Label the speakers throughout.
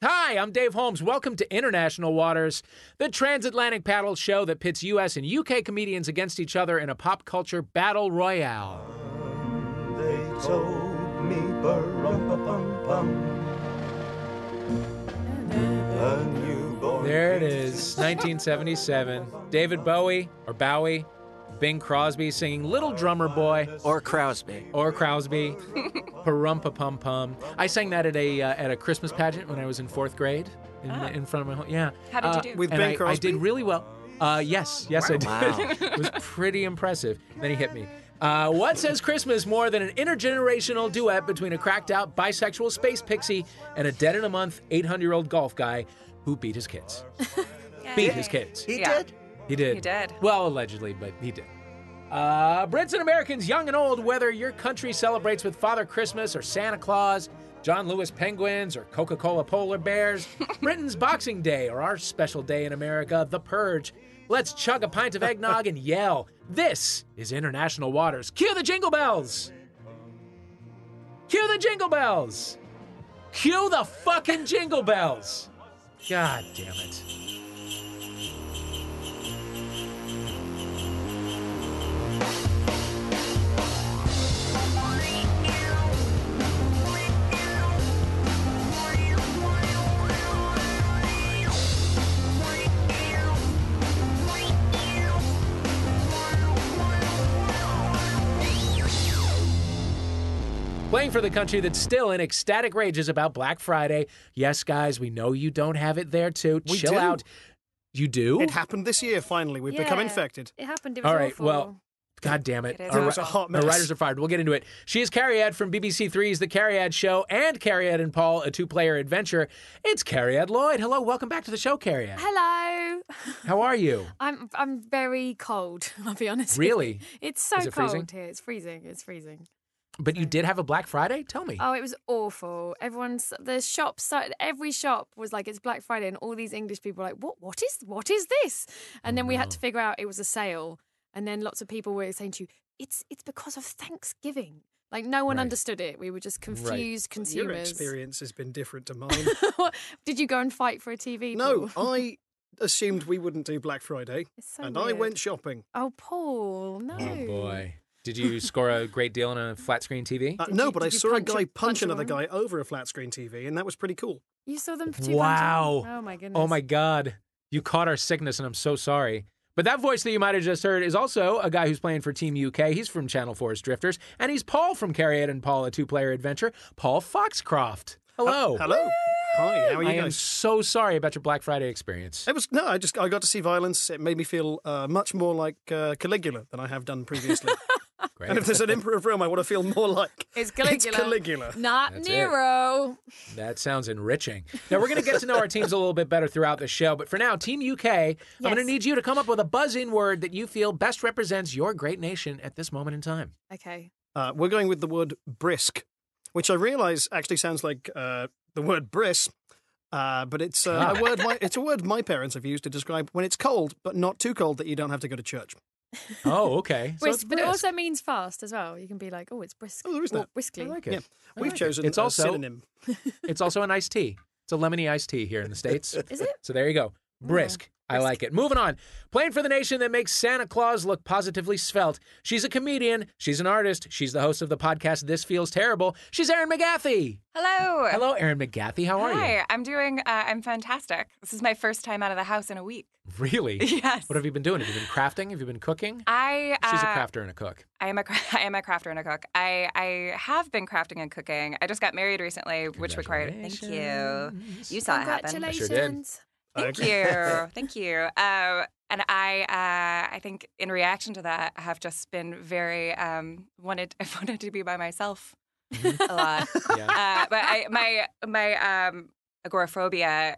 Speaker 1: Hi, I'm Dave Holmes. Welcome to International Waters, the transatlantic paddle show that pits US and UK comedians against each other in a pop culture battle royale.
Speaker 2: They told me bum a newborn.
Speaker 1: There it is, 1977. David Bowie or Bowie, Bing Crosby singing Little Drummer Boy
Speaker 3: Or Crosby.
Speaker 1: or Crosby, Parumpa Pum Pum. I sang that at a uh, at a Christmas pageant when I was in fourth grade in, in front of my home. Yeah.
Speaker 4: How did you
Speaker 1: Uh,
Speaker 4: Ah. do?
Speaker 3: With
Speaker 1: and
Speaker 3: Bing
Speaker 1: I, I
Speaker 3: Crosby?
Speaker 1: did really well. Uh, yes, yes, I did.
Speaker 3: Wow.
Speaker 1: it was pretty impressive. Then he hit me. Uh, what says Christmas more than an intergenerational duet between a cracked out bisexual space pixie and a dead in a month 800 year old golf guy who beat his kids? beat his kids.
Speaker 3: He
Speaker 4: Yeah.
Speaker 3: did?
Speaker 1: He did.
Speaker 4: He did.
Speaker 1: Well, allegedly, but he did. Uh, Brits and Americans, young and old, whether your country celebrates with Father Christmas or Santa Claus, John Lewis penguins or Coca Cola polar bears, Britain's Boxing Day or our special day in America, The Purge, let's chug a pint of eggnog and yell. This is International Waters. Cue the jingle bells! Cue the jingle bells! Cue the fucking jingle bells! God damn it. Playing for the country that's still in ecstatic rages about Black Friday. Yes, guys, we know you don't have it there too.
Speaker 3: We
Speaker 1: Chill
Speaker 3: do.
Speaker 1: out. You do?
Speaker 5: It happened this year, finally. We've become
Speaker 6: Yeah,
Speaker 5: infected.
Speaker 6: It happened. It was
Speaker 1: All right,
Speaker 6: awful.
Speaker 1: well, God damn it.
Speaker 4: It is
Speaker 1: Our-
Speaker 5: It was a hot
Speaker 1: our
Speaker 5: mess.
Speaker 1: writers are fired. We'll get into it. She is Carriad from BBC Three's The Carriad Show and Carriad and Paul, a two player adventure. It's Carriad Lloyd. Hello, welcome back to the show, Carriad.
Speaker 6: hello.
Speaker 1: How are you?
Speaker 6: I'm I'm very cold. I'll be honest. with you.
Speaker 1: Really?
Speaker 6: It's so
Speaker 1: Is it
Speaker 6: cold
Speaker 1: freezing?
Speaker 6: here. It's freezing. It's freezing.
Speaker 1: But you did have a Black Friday? Tell me.
Speaker 6: Oh, it was awful. Everyone's the shop started. Every shop was like it's Black Friday, and all these English people were like, "What? What is? What is this?" And then we had
Speaker 1: Oh,
Speaker 6: to figure out it was a sale. And then lots of people were saying to you, "It's it's because of Thanksgiving." Like no one
Speaker 1: Right.
Speaker 6: understood it. We were just confused
Speaker 5: Your
Speaker 6: consumers.
Speaker 5: experience has been different to mine.
Speaker 6: Did you go and fight for a TV?
Speaker 5: no,
Speaker 6: Paul?
Speaker 5: I assumed we wouldn't do Black Friday,
Speaker 6: It's so
Speaker 5: and I
Speaker 6: weird.
Speaker 5: went shopping.
Speaker 6: Oh, Paul, no.
Speaker 1: Oh, boy. Did you score a great deal on a flat screen TV?
Speaker 5: Uh,
Speaker 6: Did
Speaker 5: no,
Speaker 6: you-
Speaker 5: but I
Speaker 6: did you
Speaker 5: saw a
Speaker 6: punch a-
Speaker 5: guy punch,
Speaker 6: punch a
Speaker 5: another guy
Speaker 6: woman?
Speaker 5: over a flat screen TV, and that was pretty cool.
Speaker 6: You saw them for two
Speaker 1: Wow.
Speaker 6: pounds. Oh my goodness.
Speaker 1: Oh my God. You caught our sickness, and I'm so sorry. But that voice that you might have just heard is also a guy who's playing for Team UK. He's from Channel 4's Drifters, and he's Paul from Carrie Ed and Paul, a two player adventure. Paul Foxcroft. Hello.
Speaker 5: Hello. Hi. How are you
Speaker 1: I am
Speaker 5: guys?
Speaker 1: so sorry about your Black Friday experience.
Speaker 5: It was no. I just I got to see violence. It made me feel uh, much more like uh, Caligula than I have done previously.
Speaker 1: Great.
Speaker 5: and if there's an emperor of Rome, I want to feel more like
Speaker 6: It's Caligula.
Speaker 5: Caligula.
Speaker 6: Not
Speaker 1: That's it.
Speaker 6: Nero.
Speaker 1: That sounds enriching. Now, we're going to get to know our teams a little bit better throughout the show, but for now, Team UK, I'm going to
Speaker 6: Yes.
Speaker 1: need you to come up with a buzz in word that you feel best represents your great nation at this moment in time.
Speaker 6: Okay.
Speaker 5: Uh, we're going with the word brisk, which I realise actually sounds like uh, the word bris, uh, but it's uh,
Speaker 1: Ah.
Speaker 5: a word. My, it's a word my parents have used to describe when it's cold, but not too cold that you don't have to go to church.
Speaker 1: Oh, okay. So
Speaker 6: Brisk,
Speaker 1: it's
Speaker 6: but it
Speaker 1: brisk.
Speaker 6: also means fast as well. You can be like, oh, it's brisk.
Speaker 5: Oh, there is
Speaker 6: Walk
Speaker 5: that.
Speaker 6: briskly.
Speaker 1: I like it.
Speaker 5: Yeah,
Speaker 1: I
Speaker 5: we've
Speaker 1: like it.
Speaker 5: chosen
Speaker 1: It's
Speaker 5: a
Speaker 1: also-
Speaker 5: synonym.
Speaker 1: It's also an iced tea. It's a lemony iced tea here in the States.
Speaker 6: Is it?
Speaker 1: So there you go.
Speaker 4: Oh,
Speaker 1: Brisk. I like it. Moving on. Playing for the nation that makes Santa Claus look positively svelte. She's a comedian. She's an artist. She's the host of the podcast This Feels Terrible. She's Erin McGathy.
Speaker 4: Hello.
Speaker 1: Hello, Erin McGathy. How are
Speaker 4: Hi. I'm doing. Uh, I'm fantastic. This is my first time out of the house in a week.
Speaker 1: you? Really?
Speaker 4: Yes.
Speaker 1: What have you been doing? Have you been crafting? Have you been cooking?
Speaker 4: I. Uh,
Speaker 1: She's a crafter and a cook.
Speaker 4: I am a. cra- I am a crafter and a cook. I. I have been crafting and cooking. I just got married recently, which required. Thank you. You saw it happen.
Speaker 6: Congratulations.
Speaker 1: did.
Speaker 4: Thank you. Thank you. Um, and I, uh, I think in reaction to that, I have just been very um, wanted. I wanted to be by myself a lot.
Speaker 1: Yeah.
Speaker 4: Uh, but I, my my um, agoraphobia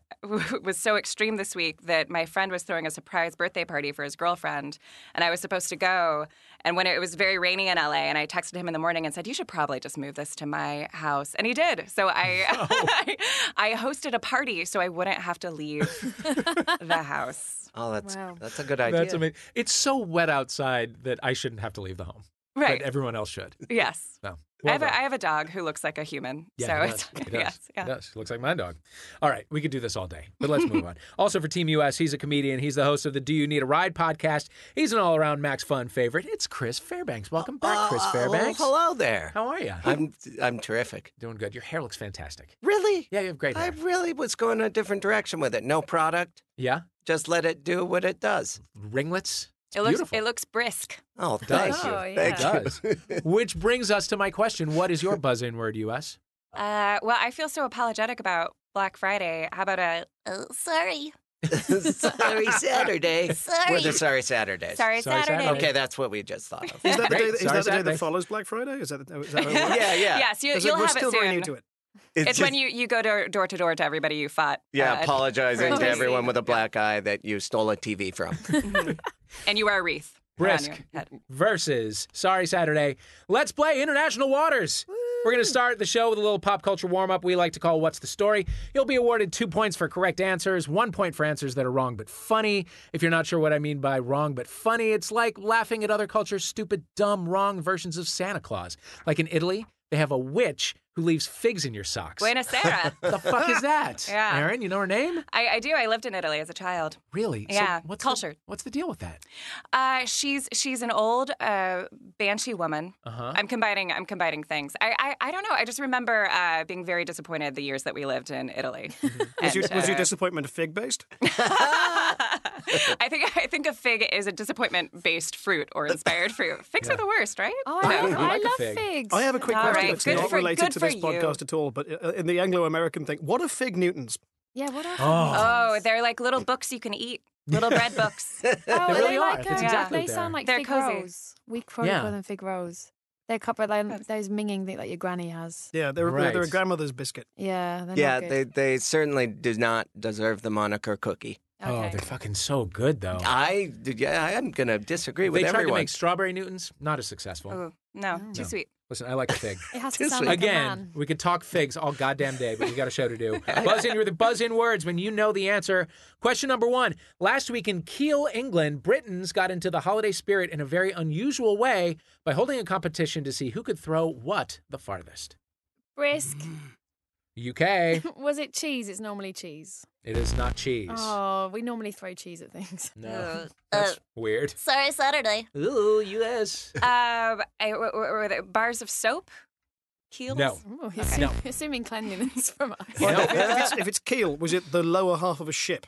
Speaker 4: was so extreme this week that my friend was throwing a surprise birthday party for his girlfriend, and I was supposed to go. And when it was very rainy in LA, and I texted him in the morning and said, "You should probably just move this to my house," and he did. So I I, I hosted a party so I wouldn't have to leave the house.
Speaker 3: Oh, that's
Speaker 6: Wow.
Speaker 3: that's a good idea.
Speaker 1: That's amazing. It's so wet outside that I shouldn't have to leave the home.
Speaker 4: Right.
Speaker 1: but everyone else should.
Speaker 4: yes.
Speaker 1: No.
Speaker 4: I
Speaker 1: Well
Speaker 4: have, a,
Speaker 1: done.
Speaker 4: I have a dog who looks like a human.
Speaker 1: Yeah,
Speaker 4: so
Speaker 1: it does.
Speaker 4: it's,
Speaker 1: It does.
Speaker 4: yes, yeah.
Speaker 1: It does. Looks like my dog. All right, we could do this all day, but let's move on. Also for Team US, he's a comedian. He's the host of the Do You Need a Ride podcast. He's an all-around Max Fun favorite. It's Chris Fairbanks. Welcome
Speaker 4: Uh,
Speaker 1: back, Chris
Speaker 3: Oh,
Speaker 1: Fairbanks.
Speaker 3: Oh, hello there.
Speaker 1: How are you?
Speaker 3: I'm I'm terrific.
Speaker 1: Doing good. Your hair looks fantastic.
Speaker 3: Really?
Speaker 1: Yeah, you have great
Speaker 3: I
Speaker 1: hair.
Speaker 3: really was going a different direction with it. No product.
Speaker 1: Yeah,
Speaker 3: Just let it do what it does.
Speaker 1: ringlets. It's
Speaker 4: It looks
Speaker 1: beautiful.
Speaker 4: it looks brisk.
Speaker 3: Oh,
Speaker 1: does.
Speaker 3: thank you.
Speaker 6: Oh,
Speaker 3: Thank
Speaker 6: yeah.
Speaker 3: you.
Speaker 1: does. Which brings us to my question: What is your buzz in word, US?
Speaker 4: Uh, well, I feel so apologetic about Black Friday. How about a oh, sorry,
Speaker 3: sorry Saturday.
Speaker 4: Sorry.
Speaker 3: We're the sorry Saturdays.
Speaker 4: sorry,
Speaker 1: Sorry, Saturday.
Speaker 4: Saturday?
Speaker 3: Okay, that's what we just thought of.
Speaker 5: Is that the
Speaker 1: Great.
Speaker 5: day, that, is
Speaker 1: Sorry,
Speaker 5: that, the day
Speaker 1: Saturday.
Speaker 5: that follows Black Friday? Is that, is that
Speaker 3: yeah, yeah.
Speaker 4: Yes, you,
Speaker 5: Is it-
Speaker 4: you'll
Speaker 5: we're
Speaker 4: have
Speaker 5: still
Speaker 4: it soon.
Speaker 5: very new to it.
Speaker 4: It's, when you, you go to door to door to everybody you fought.
Speaker 3: Yeah,
Speaker 4: uh,
Speaker 3: apologizing
Speaker 4: for-
Speaker 3: to everyone with a black eye that you stole a TV from.
Speaker 4: and you wear a wreath. around
Speaker 1: Brisk.
Speaker 4: your head.
Speaker 1: versus Sorry Saturday. Let's play International Waters. We're going to start the show with a little pop culture warm up we like to call What's the Story. You'll be awarded two points for correct answers, one point for answers that are wrong but funny. If you're not sure what I mean by wrong but funny, it's like laughing at other cultures' stupid, dumb, wrong versions of Santa Claus. Like in Italy, they have a witch who leaves figs in your socks.
Speaker 4: Buena Sera.
Speaker 1: the fuck is that?
Speaker 4: Yeah.
Speaker 1: Aaron, you know her name?
Speaker 4: I, I do. I lived in Italy as a child.
Speaker 1: Really? So
Speaker 4: Yeah,
Speaker 1: what's
Speaker 4: cultured.
Speaker 1: The, what's the deal with that?
Speaker 4: Uh, she's she's an old uh, banshee woman.
Speaker 1: Uh-huh.
Speaker 4: I'm combining I'm combining things. I I, I don't know. I just remember uh, being very disappointed the years that we lived in Italy.
Speaker 5: Was, your,
Speaker 4: And,
Speaker 5: was your
Speaker 4: uh,
Speaker 5: disappointment fig based?
Speaker 4: I think I think a fig is a disappointment based fruit or inspired fruit. Figs are the worst, right?
Speaker 6: Oh, I, love,
Speaker 1: I like
Speaker 6: I
Speaker 1: a
Speaker 6: love
Speaker 1: fig.
Speaker 6: figs.
Speaker 5: I have a quick
Speaker 4: All
Speaker 5: question
Speaker 4: right,
Speaker 5: that's
Speaker 4: good
Speaker 5: not
Speaker 4: for-
Speaker 5: related
Speaker 4: good
Speaker 5: to this
Speaker 4: for you.
Speaker 5: podcast at all, but uh, in the Anglo American thing, what are fig Newtons?
Speaker 6: Yeah, what are
Speaker 4: Oh,
Speaker 6: oh,
Speaker 4: they're like little books you can eat. Little bread books.
Speaker 6: oh,
Speaker 1: They
Speaker 6: are
Speaker 1: really
Speaker 6: they
Speaker 1: are.
Speaker 6: Like,
Speaker 1: That's
Speaker 6: um,
Speaker 4: exactly
Speaker 6: They
Speaker 1: what they
Speaker 6: sound
Speaker 1: are.
Speaker 6: like
Speaker 4: They're
Speaker 6: fig
Speaker 4: cozy.
Speaker 6: rolls. We probably
Speaker 1: Yeah.
Speaker 6: call them fig rolls. They're copper, like, those minging things that your granny has.
Speaker 5: Yeah, they're,
Speaker 1: Right.
Speaker 5: they're a grandmother's biscuit.
Speaker 6: Yeah, they're
Speaker 3: yeah,
Speaker 6: not
Speaker 3: they,
Speaker 6: good.
Speaker 3: they certainly do not deserve the moniker cookie.
Speaker 1: Oh, they're fucking so good though.
Speaker 3: I yeah, I'm gonna disagree
Speaker 1: Oh.
Speaker 3: with
Speaker 1: they tried to
Speaker 3: everyone.
Speaker 1: make strawberry Newtons, not as successful.
Speaker 4: Ooh, no, too sweet.
Speaker 1: Listen, I like a fig.
Speaker 6: It has to
Speaker 3: This
Speaker 6: sound
Speaker 3: way.
Speaker 6: like a
Speaker 1: Again,
Speaker 6: man.
Speaker 1: we could talk figs all goddamn day, but we got a show to do. buzz in with the buzz in words when you know the answer. Question number one. Last week in Kiel, England, Britons got into the holiday spirit in a very unusual way by holding a competition to see who could throw what the farthest.
Speaker 6: Brisk.
Speaker 1: UK,
Speaker 6: Was it cheese? It's normally cheese.
Speaker 1: it is not cheese.
Speaker 6: Oh, Uh, we normally throw cheese at things.
Speaker 1: No, that's weird.
Speaker 4: Sorry, Saturday.
Speaker 1: Ooh, US.
Speaker 4: Um, I, w- w- were there bars of soap, keels.
Speaker 1: No.
Speaker 6: Ooh, he's
Speaker 1: No.
Speaker 6: assu- assuming cleanliness from us.
Speaker 1: Yeah.
Speaker 5: Well, if, it's, if it's keel, was it the lower half of a ship?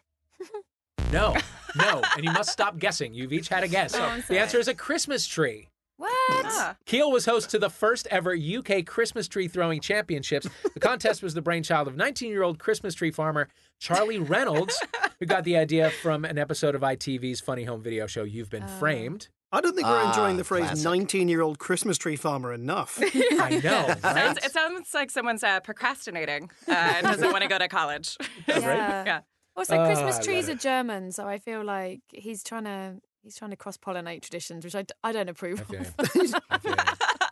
Speaker 1: No, no, and you must stop guessing. You've each had a guess.
Speaker 6: Oh, I'm
Speaker 1: the
Speaker 6: sorry.
Speaker 1: answer is a Christmas tree.
Speaker 6: What?
Speaker 4: Ah.
Speaker 1: Kiel was host to the first ever UK Christmas tree throwing championships. The contest was the brainchild of 19 year old Christmas tree farmer Charlie Reynolds, who got the idea from an episode of ITV's funny home video show You've Been
Speaker 6: Oh.
Speaker 1: Framed.
Speaker 5: I don't think we're enjoying
Speaker 3: Ah,
Speaker 5: the phrase
Speaker 3: classic.
Speaker 5: 19 year old Christmas tree farmer enough.
Speaker 1: I know.
Speaker 4: Sounds,
Speaker 1: right?
Speaker 4: it sounds like someone's uh, procrastinating uh, and doesn't want to go to college.
Speaker 6: Yeah.
Speaker 4: Yeah.
Speaker 6: Also,
Speaker 1: Oh, I
Speaker 6: Christmas
Speaker 1: love
Speaker 6: trees are
Speaker 1: it.
Speaker 6: German, so I feel like he's trying to he's trying to cross pollinate traditions, which I, d- I don't approve
Speaker 1: I feel
Speaker 6: of.
Speaker 1: you. I feel you.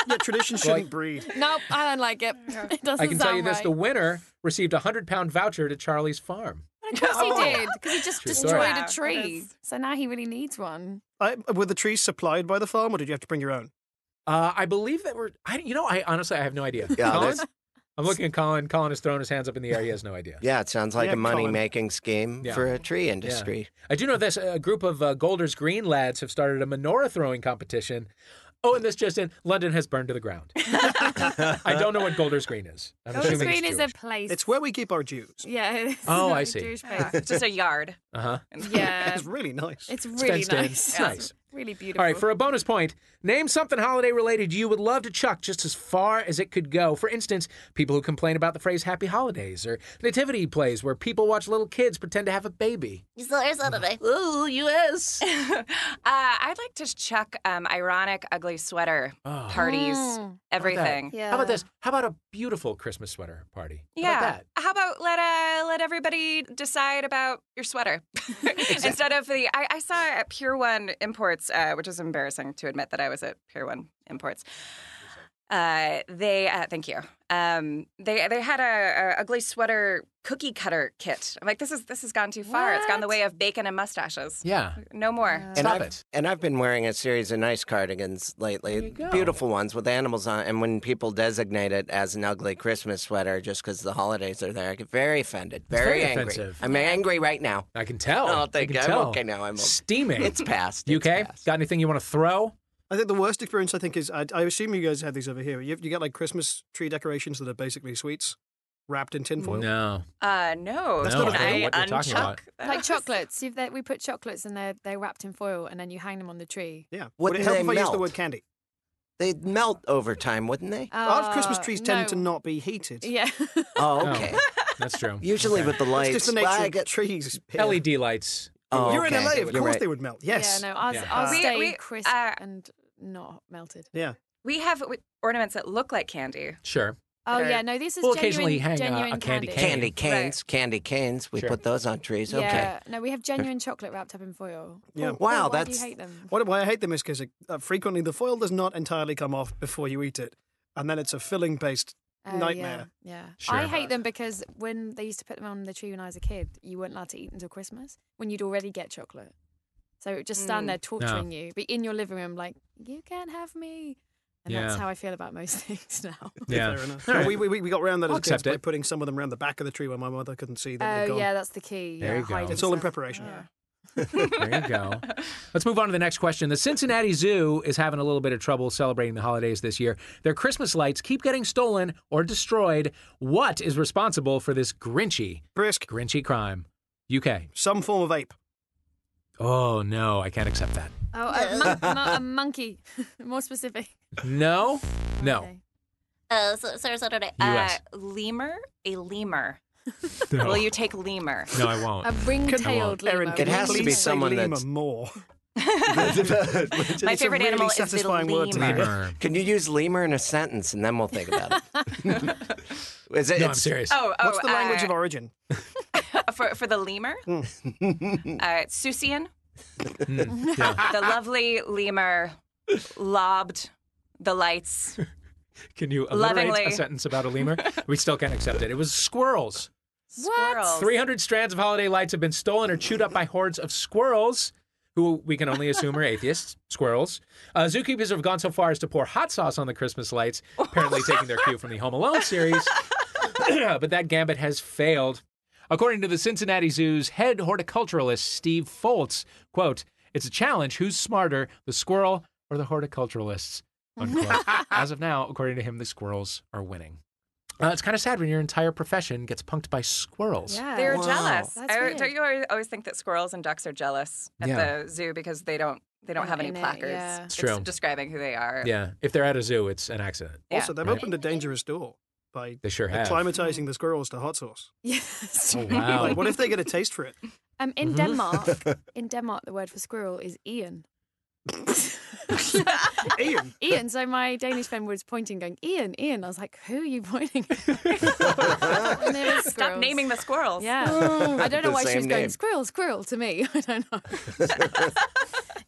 Speaker 5: yeah, tradition shouldn't breed.
Speaker 6: nope, I don't like it. It doesn't
Speaker 1: I can
Speaker 6: sound
Speaker 1: tell you this
Speaker 6: right.
Speaker 1: the winner received a 100 pound voucher to Charlie's farm.
Speaker 6: Of course he did, because he just
Speaker 1: Oh. True
Speaker 6: destroyed
Speaker 1: story.
Speaker 4: Wow,
Speaker 6: a tree.
Speaker 4: that's-
Speaker 6: So now he really needs one.
Speaker 5: I, were the trees supplied by the farm, or did you have to bring your own?
Speaker 1: Uh, I believe that we're, I, you know, I honestly, I have no idea.
Speaker 3: Yeah,
Speaker 1: Colin?
Speaker 3: that's-
Speaker 1: I'm looking at Colin. Colin has thrown his hands up in the air. He has no idea.
Speaker 3: Yeah, it sounds like
Speaker 5: Yeah,
Speaker 3: a money making scheme
Speaker 1: Yeah.
Speaker 3: for a tree
Speaker 1: Yeah.
Speaker 3: industry.
Speaker 1: I do know this. A group of uh, Golders Green lads have started a menorah throwing competition. Oh, and this just in: London has burned to the ground. I don't know what Golders Green is. I'm
Speaker 6: Golders
Speaker 1: assuming
Speaker 6: Green
Speaker 1: it's
Speaker 6: is a
Speaker 1: Jewish.
Speaker 6: place.
Speaker 5: It's where we keep our Jews.
Speaker 6: yeah. It's
Speaker 1: Oh,
Speaker 6: not
Speaker 1: I
Speaker 6: a
Speaker 1: see.
Speaker 6: Jewish place.
Speaker 4: It's just a yard.
Speaker 1: Uh-huh.
Speaker 6: yeah.
Speaker 5: It's really nice.
Speaker 6: It's really
Speaker 1: fenced in.
Speaker 6: nice.
Speaker 1: Yeah.
Speaker 6: It's
Speaker 1: Nice.
Speaker 6: Really beautiful.
Speaker 1: All right, for a bonus point, name something holiday related you would love to chuck just as far as it could go. For instance, people who complain about the phrase "Happy Holidays" or nativity plays where people watch little kids pretend to have a baby. Ooh, U.S.
Speaker 4: uh, I'd like to chuck um, ironic, ugly sweater
Speaker 1: Oh.
Speaker 4: parties,
Speaker 6: Mm.
Speaker 4: everything.
Speaker 6: yeah.
Speaker 1: How about this? How about a beautiful Christmas sweater party? How
Speaker 4: Yeah.
Speaker 1: about that?
Speaker 4: How about let uh, let everybody decide about your sweater instead of the? I, I saw at Pier One Imports, uh, which is embarrassing to admit that I was at Pier One Imports. Uh, they uh, thank you. Um, they they had a, a ugly sweater cookie cutter kit. I'm like, this is this has gone too far. It's gone the
Speaker 6: What?
Speaker 4: way of bacon and mustaches.
Speaker 1: Yeah.
Speaker 4: No more.
Speaker 3: And
Speaker 1: Stop
Speaker 3: I've,
Speaker 1: it.
Speaker 3: and I've been wearing a series of nice cardigans lately,
Speaker 1: go.
Speaker 3: beautiful ones with animals on. And when people designate it as an ugly Christmas sweater just because the holidays are there, I get very offended, very,
Speaker 1: very
Speaker 3: angry.
Speaker 1: offensive.
Speaker 3: I'm angry right now.
Speaker 1: I can tell.
Speaker 3: I don't
Speaker 1: I
Speaker 3: think
Speaker 1: can
Speaker 3: I'm
Speaker 1: tell.
Speaker 3: Oh, okay now. I'm okay.
Speaker 1: steaming.
Speaker 3: It's past.
Speaker 1: UK,
Speaker 3: It's past.
Speaker 1: got anything you want to throw?
Speaker 5: I think the worst experience I think is I, I assume you guys have these over here. You, you get like Christmas tree decorations that are basically sweets wrapped in tinfoil.
Speaker 1: No.
Speaker 4: Uh, no.
Speaker 1: That's not
Speaker 4: Can
Speaker 1: a clue what
Speaker 4: I
Speaker 1: you're talking
Speaker 4: unchuck
Speaker 1: about.
Speaker 4: those?
Speaker 6: Like chocolates. If they- we put chocolates and they're they're wrapped in foil, and then you hang them on the tree.
Speaker 5: Yeah.
Speaker 3: What do
Speaker 5: Would it help
Speaker 3: they
Speaker 5: if I used the
Speaker 3: melt?
Speaker 5: word candy?
Speaker 3: They'd melt over time, wouldn't they?
Speaker 5: Our Christmas
Speaker 6: Uh,
Speaker 5: trees tend to
Speaker 6: no.
Speaker 5: not be heated.
Speaker 6: Yeah.
Speaker 3: Oh, okay.
Speaker 1: That's true.
Speaker 3: Usually
Speaker 1: Okay.
Speaker 3: with the
Speaker 5: It's
Speaker 3: lights.
Speaker 5: just the nature
Speaker 3: well, I
Speaker 5: of
Speaker 3: get-
Speaker 5: trees. here.
Speaker 1: LED E lights.
Speaker 3: E Oh,
Speaker 5: You're in
Speaker 3: okay.
Speaker 5: LA, of
Speaker 3: You're
Speaker 5: course
Speaker 3: right.
Speaker 5: they would melt. Yes.
Speaker 6: Yeah. No, ours,
Speaker 1: Yeah.
Speaker 6: ours
Speaker 4: We-
Speaker 6: stay
Speaker 4: we-
Speaker 6: crisp
Speaker 4: uh,
Speaker 6: and not melted.
Speaker 5: Yeah.
Speaker 4: We have ornaments that look like candy.
Speaker 1: Sure.
Speaker 6: Oh
Speaker 4: Or-
Speaker 6: yeah, no, this is
Speaker 1: We'll occasionally
Speaker 6: genuine,
Speaker 1: hang a-
Speaker 6: genuine
Speaker 1: a candy cane.
Speaker 3: Candy canes,
Speaker 4: Right.
Speaker 3: candy canes. We
Speaker 1: Sure.
Speaker 3: put those on trees. Okay.
Speaker 6: Yeah, no, we have genuine chocolate wrapped up in foil.
Speaker 5: Yeah.
Speaker 6: Paul,
Speaker 3: Wow,
Speaker 6: Paul, why
Speaker 3: that's-
Speaker 6: do you hate them?
Speaker 5: What, why I hate them is because uh, frequently the foil does not entirely come off before you eat it, and then it's a filling based.
Speaker 6: Oh,
Speaker 5: nightmare.
Speaker 6: Yeah, yeah.
Speaker 1: Sure.
Speaker 6: I hate them because when they used to put them on the tree when I was a kid, you weren't allowed to eat until Christmas when you'd already get chocolate. So it would just stand there torturing you, be in your living room like you can't have me, and that's
Speaker 1: Yeah.
Speaker 6: how I feel about most things now.
Speaker 1: Yeah.
Speaker 5: Fair enough.
Speaker 1: All right.
Speaker 5: We, we, we got around that
Speaker 1: I'll
Speaker 5: as kids
Speaker 1: accept
Speaker 5: by
Speaker 1: it.
Speaker 5: putting some of them around the back of the tree where my mother couldn't see
Speaker 6: Oh
Speaker 5: that they'd gone.
Speaker 6: yeah, that's the key.
Speaker 1: There
Speaker 6: yeah,
Speaker 1: you go.
Speaker 6: hiding
Speaker 5: It's all in
Speaker 6: stuff.
Speaker 5: preparation.
Speaker 6: Yeah.
Speaker 1: There you go. Let's move on to the next question. The Cincinnati Zoo is having a little bit of trouble celebrating the holidays this year. Their Christmas lights keep getting stolen or destroyed. What is responsible for this grinchy,
Speaker 5: Brisk,
Speaker 1: grinchy crime? UK.
Speaker 5: some form of ape.
Speaker 1: Oh, no, I can't accept that.
Speaker 6: Oh, a, mon- mo- a monkey, more specific.
Speaker 1: No, no.
Speaker 6: Okay.
Speaker 4: Uh, so, so, so, so, uh,
Speaker 1: US.
Speaker 4: lemur, a lemur.
Speaker 1: No,
Speaker 4: Will you take lemur?
Speaker 1: no I won't.
Speaker 6: A ring-tailed
Speaker 5: Erin,
Speaker 6: lemur.
Speaker 5: can
Speaker 3: It
Speaker 5: you
Speaker 3: has to
Speaker 5: please
Speaker 3: be
Speaker 5: say
Speaker 3: someone
Speaker 5: lemur
Speaker 3: that's-
Speaker 5: more.
Speaker 4: My
Speaker 5: It's a
Speaker 4: favorite
Speaker 5: really
Speaker 4: animal is the
Speaker 5: satisfying word to me.
Speaker 4: lemur.
Speaker 1: Lemur.
Speaker 3: Can you use lemur in a sentence and then we'll think about it? Is it
Speaker 1: No, I'm
Speaker 3: it's-
Speaker 1: serious.
Speaker 4: Oh, oh,
Speaker 5: What's the language
Speaker 4: uh,
Speaker 5: of Hmm. origin?
Speaker 4: for, for the lemur? uh, Susian,
Speaker 1: Mm, yeah.
Speaker 4: the lovely lemur, lobbed the lights.
Speaker 1: Can you alliterate a
Speaker 4: Lovingly.
Speaker 1: sentence about a lemur? We still can't accept it. It was squirrels.
Speaker 4: Squirrels.
Speaker 1: 300 strands of holiday lights have been stolen or chewed up by hordes of squirrels, who we can only assume are atheists, squirrels. Uh, zookeepers have gone so far as to pour hot sauce on the Christmas lights, apparently taking their cue from the Home Alone series. but that gambit has failed. According to the Cincinnati Zoo's head horticulturalist, Steve Foltz, quote, it's a challenge who's smarter, the squirrel or the horticulturalists, unquote. As of now, according to him, the squirrels are winning. Uh, it's kind of sad when your entire profession gets punked by squirrels.
Speaker 6: Yeah.
Speaker 4: They're
Speaker 3: Wow.
Speaker 4: jealous.
Speaker 6: That's
Speaker 4: I-
Speaker 6: weird.
Speaker 4: don't you always, always think that squirrels and ducks are jealous at
Speaker 1: Yeah.
Speaker 4: the zoo because they don't they don't
Speaker 6: They're
Speaker 4: have
Speaker 6: not
Speaker 4: any
Speaker 6: in it,
Speaker 4: placards
Speaker 6: yeah. It's
Speaker 1: true.
Speaker 4: describing who they
Speaker 6: Uh,
Speaker 4: are?
Speaker 1: Yeah, if they're at a zoo, it's an accident.
Speaker 4: Yeah.
Speaker 5: Also, they've
Speaker 1: Right.
Speaker 5: opened a dangerous door by
Speaker 1: They sure have.
Speaker 5: acclimatizing the squirrels to hot sauce.
Speaker 6: Yes.
Speaker 1: Oh, wow.
Speaker 5: Like, what if they get a taste for it?
Speaker 6: Um, in Denmark, in Denmark, the word for squirrel is Ian.
Speaker 5: Ian,
Speaker 6: Ian. So my Danish friend was pointing, going, "Ian, Ian." I was like, "Who are you pointing?" at?" And it was
Speaker 4: Stop
Speaker 6: squirrels.
Speaker 4: naming the squirrels.
Speaker 1: Oh.
Speaker 6: Yeah, I don't
Speaker 3: The
Speaker 6: know why she was
Speaker 3: same
Speaker 6: going
Speaker 3: name.
Speaker 6: squirrel, squirrel to me. I don't know.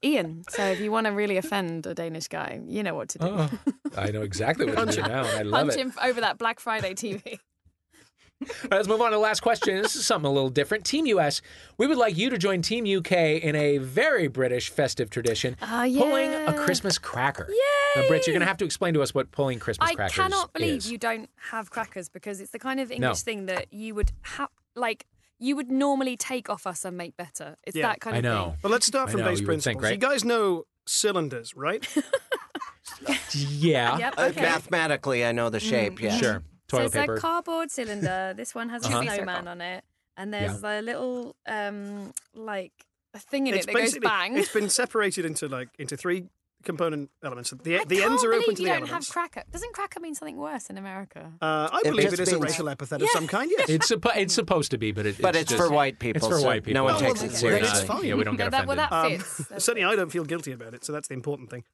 Speaker 6: Ian. So if you want to really offend a Danish guy, you know what to do.
Speaker 1: Oh, I know exactly what you do now. and I love
Speaker 6: Punch
Speaker 1: it.
Speaker 6: him over that Black Friday TV.
Speaker 1: All right, let's move on to the last question. This is something a little different. Team US, we would like you to join Team UK in a very British festive tradition,
Speaker 6: Ah,
Speaker 1: pulling a
Speaker 6: yeah.
Speaker 1: Christmas cracker. Now, Britt, you're going to have to explain to us what pulling Christmas
Speaker 6: I
Speaker 1: crackers
Speaker 6: cannot believe
Speaker 1: is.
Speaker 6: you don't have crackers because it's the kind of English thing that you would have, like, you would normally take off us and make better. It's
Speaker 5: Yeah.
Speaker 6: that kind
Speaker 1: I
Speaker 6: of
Speaker 1: know.
Speaker 5: But let's start
Speaker 1: I
Speaker 5: from
Speaker 1: know,
Speaker 5: base
Speaker 1: you would think,
Speaker 5: principles.
Speaker 1: right?
Speaker 5: You guys know cylinders, right?
Speaker 1: Yeah, Ah.
Speaker 6: thing. Yep.
Speaker 3: Uh,
Speaker 6: Okay.
Speaker 3: Mathematically, I know the shape. Yeah.
Speaker 1: sure.
Speaker 6: so
Speaker 1: Toilet
Speaker 6: it's
Speaker 1: paper.
Speaker 6: a cardboard cylinder. This one has
Speaker 4: Uh-huh.
Speaker 6: a snowman on it, and there's a little um like a thing in
Speaker 5: it's
Speaker 6: it that goes
Speaker 5: basically
Speaker 6: bang.
Speaker 5: it's been separated into like into three component elements. The
Speaker 6: I
Speaker 5: the
Speaker 6: can't
Speaker 5: ends are
Speaker 6: believe
Speaker 5: open to
Speaker 6: you
Speaker 5: the
Speaker 6: don't
Speaker 5: elements.
Speaker 6: have cracker. Doesn't cracker mean something worse in America?
Speaker 5: uh, I
Speaker 3: It
Speaker 5: believe
Speaker 3: just
Speaker 5: it is a
Speaker 3: means-
Speaker 5: racial epithet of some kind. Yes.
Speaker 1: It's, suppo- it's supposed to be, but it,
Speaker 3: But it's,
Speaker 1: just-
Speaker 3: for white people.
Speaker 1: It's for
Speaker 3: so
Speaker 1: white people.
Speaker 3: No one
Speaker 5: Oh,
Speaker 3: takes
Speaker 5: well,
Speaker 3: it
Speaker 5: okay.
Speaker 3: seriously.
Speaker 5: That's fine.
Speaker 1: Yeah, we don't
Speaker 6: No,
Speaker 1: get
Speaker 6: that, well,
Speaker 1: offended.
Speaker 6: that
Speaker 5: Um,
Speaker 6: fits. That's-
Speaker 5: Certainly, I don't feel guilty about it, so that's the important thing.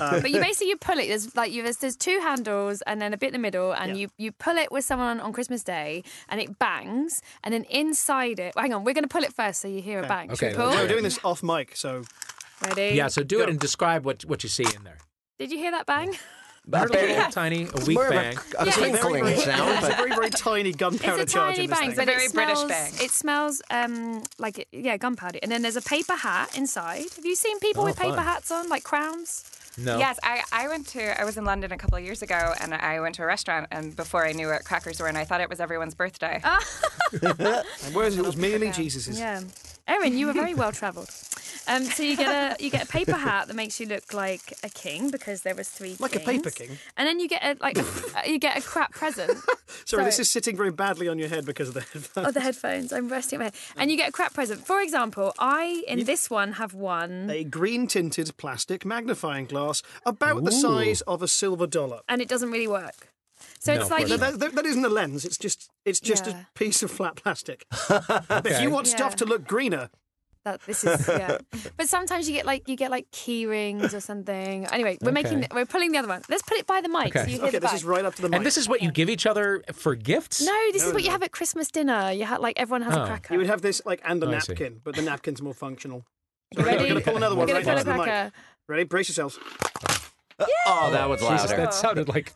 Speaker 1: Um,
Speaker 6: but you basically you pull it. There's like you there's, there's two handles and then a bit in the middle, and
Speaker 5: Yeah.
Speaker 6: you you pull it with someone on Christmas Day, and it bangs, and then inside it. Hang on, we're gonna pull it first, so you hear a bang.
Speaker 1: Okay, let's
Speaker 6: Should we pull?
Speaker 1: do
Speaker 5: We're
Speaker 1: it.
Speaker 5: doing this off mic, so
Speaker 6: Ready?
Speaker 1: Yeah, so do
Speaker 5: Go.
Speaker 1: it and describe what, what you see in there.
Speaker 6: Did you hear that bang?
Speaker 1: I heard a little tiny, a weak
Speaker 3: More of a,
Speaker 1: bang.
Speaker 3: a
Speaker 6: Yeah.
Speaker 3: crinkling
Speaker 5: Very-
Speaker 3: sound,
Speaker 5: It's a
Speaker 3: but
Speaker 5: very, very tiny gunpowder
Speaker 6: it's a
Speaker 5: charge
Speaker 6: tiny
Speaker 5: in this
Speaker 6: bang,
Speaker 5: thing.
Speaker 6: but
Speaker 4: Very
Speaker 6: it
Speaker 4: British
Speaker 6: smells,
Speaker 4: bang.
Speaker 6: It smells um, like it, yeah, gunpowder. And then there's a paper hat inside. Have you seen people
Speaker 1: Oh,
Speaker 6: with paper
Speaker 1: fun.
Speaker 6: hats on, like crowns?
Speaker 1: No.
Speaker 4: Yes, I, I went to I was in London a couple of years ago and I went to a restaurant and before I knew what crackers were and I thought it was everyone's birthday.
Speaker 5: And whereas it was merely Jesus's.
Speaker 6: Yeah, Erin, you were very well travelled. Um, so you get a you get a paper hat that makes you look like a king because there was three
Speaker 5: Like a
Speaker 6: kings.
Speaker 5: paper king?
Speaker 6: and then you get a, like a, you get a crap present.
Speaker 5: Sorry, this
Speaker 6: So-
Speaker 5: is sitting very badly on your head because of the headphones.
Speaker 6: Oh, the headphones! I'm resting my head, and you get a crap present. For example, I in this one have one,
Speaker 5: A green tinted plastic magnifying glass about the size of a silver dollar.
Speaker 6: and it doesn't really work. So
Speaker 1: No,
Speaker 6: it's
Speaker 1: of
Speaker 6: like
Speaker 1: course
Speaker 5: No,
Speaker 6: you-
Speaker 1: not.
Speaker 5: that, that- that isn't a lens. It's just it's just
Speaker 6: Yeah.
Speaker 5: a piece of flat plastic. But if you want
Speaker 6: Yeah.
Speaker 5: stuff to look greener,
Speaker 6: that this is yeah. but sometimes you get like you get like key rings or something. Anyway, we're making
Speaker 1: Okay.
Speaker 6: we're pulling the other one. Let's put it by the mic so
Speaker 1: Okay.
Speaker 6: you hear
Speaker 5: okay,
Speaker 6: the
Speaker 5: this
Speaker 6: bang.
Speaker 5: is right up to the mic.
Speaker 1: And this is what you give each other for gifts?
Speaker 6: No, this is what you have at Christmas dinner. You had like everyone has
Speaker 1: Oh.
Speaker 6: a cracker.
Speaker 5: you would have this like and a
Speaker 1: Oh, I see.
Speaker 5: napkin, but the napkin's more functional.
Speaker 6: You
Speaker 5: Sorry, I'm
Speaker 6: ready?
Speaker 5: going to pull another one
Speaker 6: We're
Speaker 5: right
Speaker 6: gonna
Speaker 5: next to
Speaker 6: pull
Speaker 5: the
Speaker 6: a
Speaker 5: mic.
Speaker 6: cracker.
Speaker 5: Ready? Brace yourselves.
Speaker 3: oh, that was
Speaker 1: Jesus,
Speaker 3: louder.
Speaker 1: that sounded like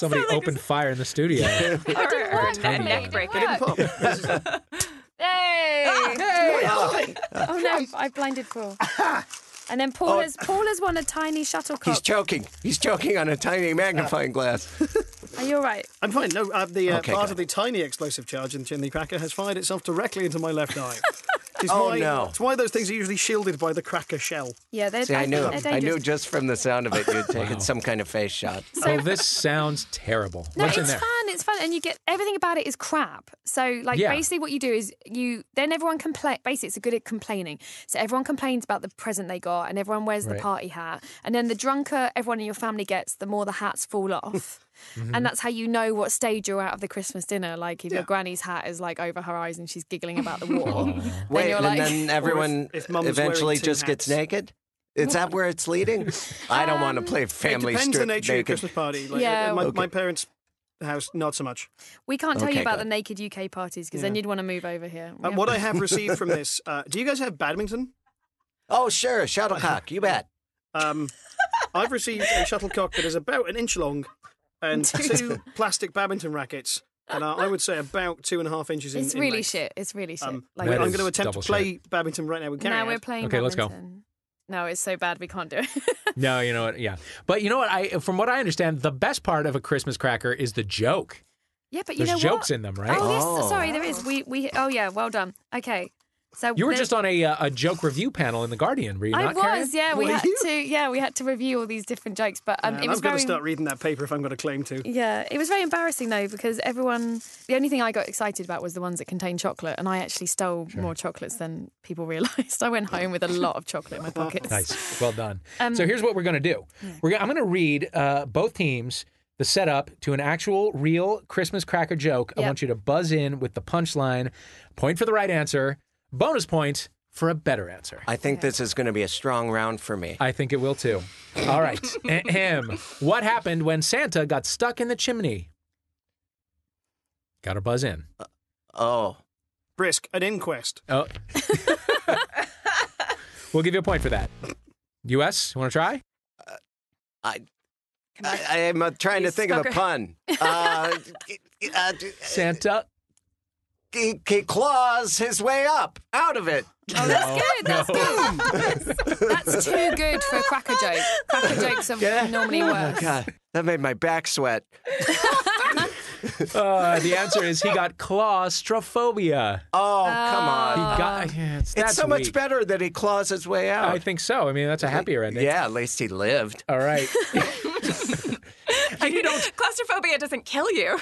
Speaker 1: somebody opened fire in the studio.
Speaker 6: It didn't
Speaker 4: Or
Speaker 6: work.
Speaker 4: neck
Speaker 6: Emily, it
Speaker 4: breaking.
Speaker 6: didn't work.
Speaker 5: Pop. This is-
Speaker 6: Hey!
Speaker 5: Oh,
Speaker 6: Oh no, I blinded Paul. And then
Speaker 5: Oh.
Speaker 6: Paul has Paul has won a tiny
Speaker 3: He's
Speaker 6: shuttlecock.
Speaker 3: choking. He's choking on a tiny magnifying glass.
Speaker 6: Are you all right?
Speaker 5: I'm fine. No, uh, the uh,
Speaker 3: Okay,
Speaker 5: part
Speaker 3: good.
Speaker 5: of the tiny explosive charge in Chimney Cracker has fired itself directly into my left eye. Which is
Speaker 3: Oh,
Speaker 5: why,
Speaker 3: no.
Speaker 5: It's why those things are usually shielded by the cracker shell.
Speaker 6: Yeah, they're,
Speaker 3: See, I knew.
Speaker 6: think they're
Speaker 3: I knew
Speaker 6: dangerous.
Speaker 3: just from the sound of it you'd taken some kind of face shot.
Speaker 1: Well, Oh, this sounds terrible.
Speaker 6: No,
Speaker 1: What's in
Speaker 6: it's
Speaker 1: there?
Speaker 6: fun. It's fun, and you get everything about it is crap. So, like,
Speaker 1: Yeah.
Speaker 6: basically, what you do is you then everyone complain. Basically, it's good at complaining. So everyone complains about the present they got, and everyone wears
Speaker 1: Right.
Speaker 6: the party hat. And then the drunker everyone in your family gets, the more the hats fall off.
Speaker 1: Mm-hmm.
Speaker 6: And that's how you know what stage you're at of the Christmas dinner. Like, if your granny's hat is like over her eyes and she's giggling about the war, then
Speaker 3: Wait,
Speaker 6: you're
Speaker 3: and
Speaker 6: like,
Speaker 3: then everyone
Speaker 5: if mum's
Speaker 3: eventually
Speaker 5: wearing two
Speaker 3: just gets
Speaker 5: hats.
Speaker 3: naked. Is that where it's leading? I don't want to play family
Speaker 5: it depends
Speaker 3: strip
Speaker 5: the nature
Speaker 3: naked.
Speaker 5: of your Christmas party. Like,
Speaker 6: Yeah.
Speaker 5: uh, my,
Speaker 3: Okay.
Speaker 5: my parents' house, not so much.
Speaker 6: we can't tell
Speaker 3: Okay,
Speaker 6: you about
Speaker 3: good.
Speaker 6: the naked UK parties because then
Speaker 5: Yeah.
Speaker 6: you'd want to move over here. We
Speaker 5: Uh,
Speaker 6: haven't-
Speaker 5: what I have received from this, uh, do you guys have badminton?
Speaker 3: Oh sure, shuttlecock. You bet.
Speaker 5: Um, I've received a shuttlecock that is about an inch long and two plastic badminton rackets that are, I would say, about two and a half inches in
Speaker 6: it's
Speaker 5: in
Speaker 6: really
Speaker 5: length.
Speaker 6: shit. It's really shit.
Speaker 5: Um,
Speaker 6: like,
Speaker 1: That
Speaker 5: I'm
Speaker 1: is
Speaker 5: going to attempt to
Speaker 1: double
Speaker 5: play badminton right now with Gary.
Speaker 6: now we're playing.
Speaker 1: Okay, let's go.
Speaker 6: badminton. No, it's so bad we can't do it.
Speaker 1: No, you know what? Yeah, but you know what? I from what I understand, the best part of a Christmas cracker is the joke.
Speaker 6: yeah, but you
Speaker 1: There's
Speaker 6: know
Speaker 1: jokes
Speaker 6: what?
Speaker 1: in them, right?
Speaker 6: Oh, yes.
Speaker 3: Oh.
Speaker 6: Sorry, there is. We we. Oh yeah. Well done. Okay. So
Speaker 1: you were
Speaker 6: the-
Speaker 1: just on a uh, a joke review panel in the Guardian, were you
Speaker 6: I
Speaker 1: not?
Speaker 6: was.
Speaker 1: Karen?
Speaker 6: Yeah, we
Speaker 5: Were
Speaker 6: had
Speaker 5: you?
Speaker 6: to. Yeah, we had to review all these different jokes, but um, it was
Speaker 5: I've got
Speaker 6: very.
Speaker 5: to start reading that paper if I'm going to claim to.
Speaker 6: yeah, it was very embarrassing though because everyone. The only thing I got excited about was the ones that contained chocolate, and I actually stole more chocolates than people realised. I went home with a lot of chocolate in my pockets.
Speaker 1: Nice. Well done.
Speaker 6: Um,
Speaker 1: so here's what we're going to do. We're gonna, I'm going to read uh, both teams the setup to an actual real Christmas cracker joke. I
Speaker 6: Yep.
Speaker 1: want you to buzz in with the punchline. Point for the right answer. Bonus point for a better answer.
Speaker 3: I think this is going to be a strong round for me.
Speaker 1: I think it will too. All right. Ahem. What happened when Santa got stuck in the chimney? Got her buzz in.
Speaker 3: Oh,
Speaker 5: Brisk, an inquest.
Speaker 1: Oh. we'll give you a point for that. US, you want to try?
Speaker 3: I. I, I'm uh, trying to think of a
Speaker 4: sucker.
Speaker 3: pun. Uh, uh,
Speaker 1: Santa.
Speaker 3: he, he claws his way up out of it.
Speaker 6: Oh, that's good. That's
Speaker 1: No.
Speaker 6: good. That's too good for a cracker joke. Cracker jokes are normally worse.
Speaker 3: Oh, God, that made my back sweat.
Speaker 1: Uh, the answer is he got claustrophobia.
Speaker 3: Oh, come
Speaker 1: He
Speaker 3: on.
Speaker 1: got. Yeah, it's
Speaker 3: It's
Speaker 1: that's
Speaker 3: so much
Speaker 1: weak.
Speaker 3: better that he claws his way out.
Speaker 1: I think so. I mean, that's a happier ending.
Speaker 3: Yeah, at least he lived.
Speaker 1: All right.
Speaker 4: Claustrophobia doesn't kill you.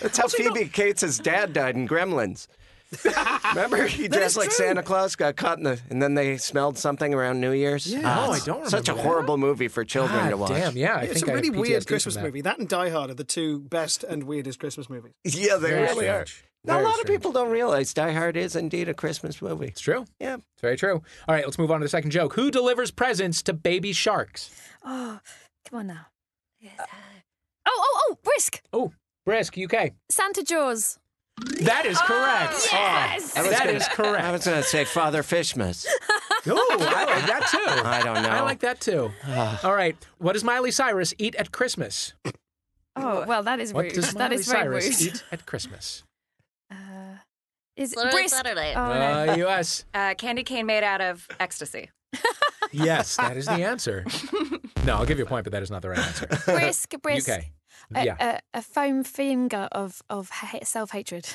Speaker 3: That's how Phoebe Cates' dad died in Gremlins. Remember, he dressed like Santa Claus, got caught in the, and then they smelled something around New Year's. Yeah,
Speaker 1: No, Oh, I don't
Speaker 3: Such a
Speaker 1: remember that.
Speaker 3: horrible movie for children to
Speaker 1: God
Speaker 3: watch.
Speaker 1: damn. Yeah. I
Speaker 5: It's
Speaker 1: think
Speaker 5: a
Speaker 1: I have
Speaker 5: really
Speaker 1: PTSD
Speaker 5: weird
Speaker 1: from
Speaker 5: Christmas
Speaker 1: that.
Speaker 5: movie. That and Die Hard are the two best and weirdest Christmas movies.
Speaker 3: Yeah, they
Speaker 1: Very
Speaker 3: really are.
Speaker 1: strange.
Speaker 3: Now,
Speaker 1: Very
Speaker 3: a lot of
Speaker 1: strange.
Speaker 3: people don't realize Die Hard is indeed a Christmas movie.
Speaker 1: It's true.
Speaker 3: Yeah.
Speaker 1: It's very true. All right. Let's move on to the second joke. Who delivers presents to baby sharks?
Speaker 6: Oh, come on now. Oh, oh, oh, brisk.
Speaker 1: Oh, Brisk, UK.
Speaker 6: Santa Jaws.
Speaker 1: That is correct.
Speaker 6: Yes.
Speaker 1: Oh, that
Speaker 3: gonna-
Speaker 1: is
Speaker 3: I
Speaker 1: correct.
Speaker 3: was going to say Father Fishmas.
Speaker 1: Oh, I like that too.
Speaker 3: I don't know. Ah.
Speaker 1: I like that too. All right. What does Miley Cyrus eat at Christmas?
Speaker 6: Oh, well, that is
Speaker 1: What
Speaker 6: rude.
Speaker 1: does
Speaker 6: That
Speaker 1: Miley
Speaker 6: is very
Speaker 1: Cyrus
Speaker 6: rude.
Speaker 1: eat at Christmas?
Speaker 6: Uh, is
Speaker 7: Literally
Speaker 6: brisk?
Speaker 7: Saturday.
Speaker 6: Oh, no.
Speaker 1: Uh, U.S.
Speaker 4: Uh, candy cane made out of ecstasy.
Speaker 1: Yes, that is the answer. No, I'll give you a point, but that is not the right answer.
Speaker 6: brisk, brisk.
Speaker 1: UK.
Speaker 6: A,
Speaker 1: Yeah.
Speaker 6: a, a foam finger of of self hatred.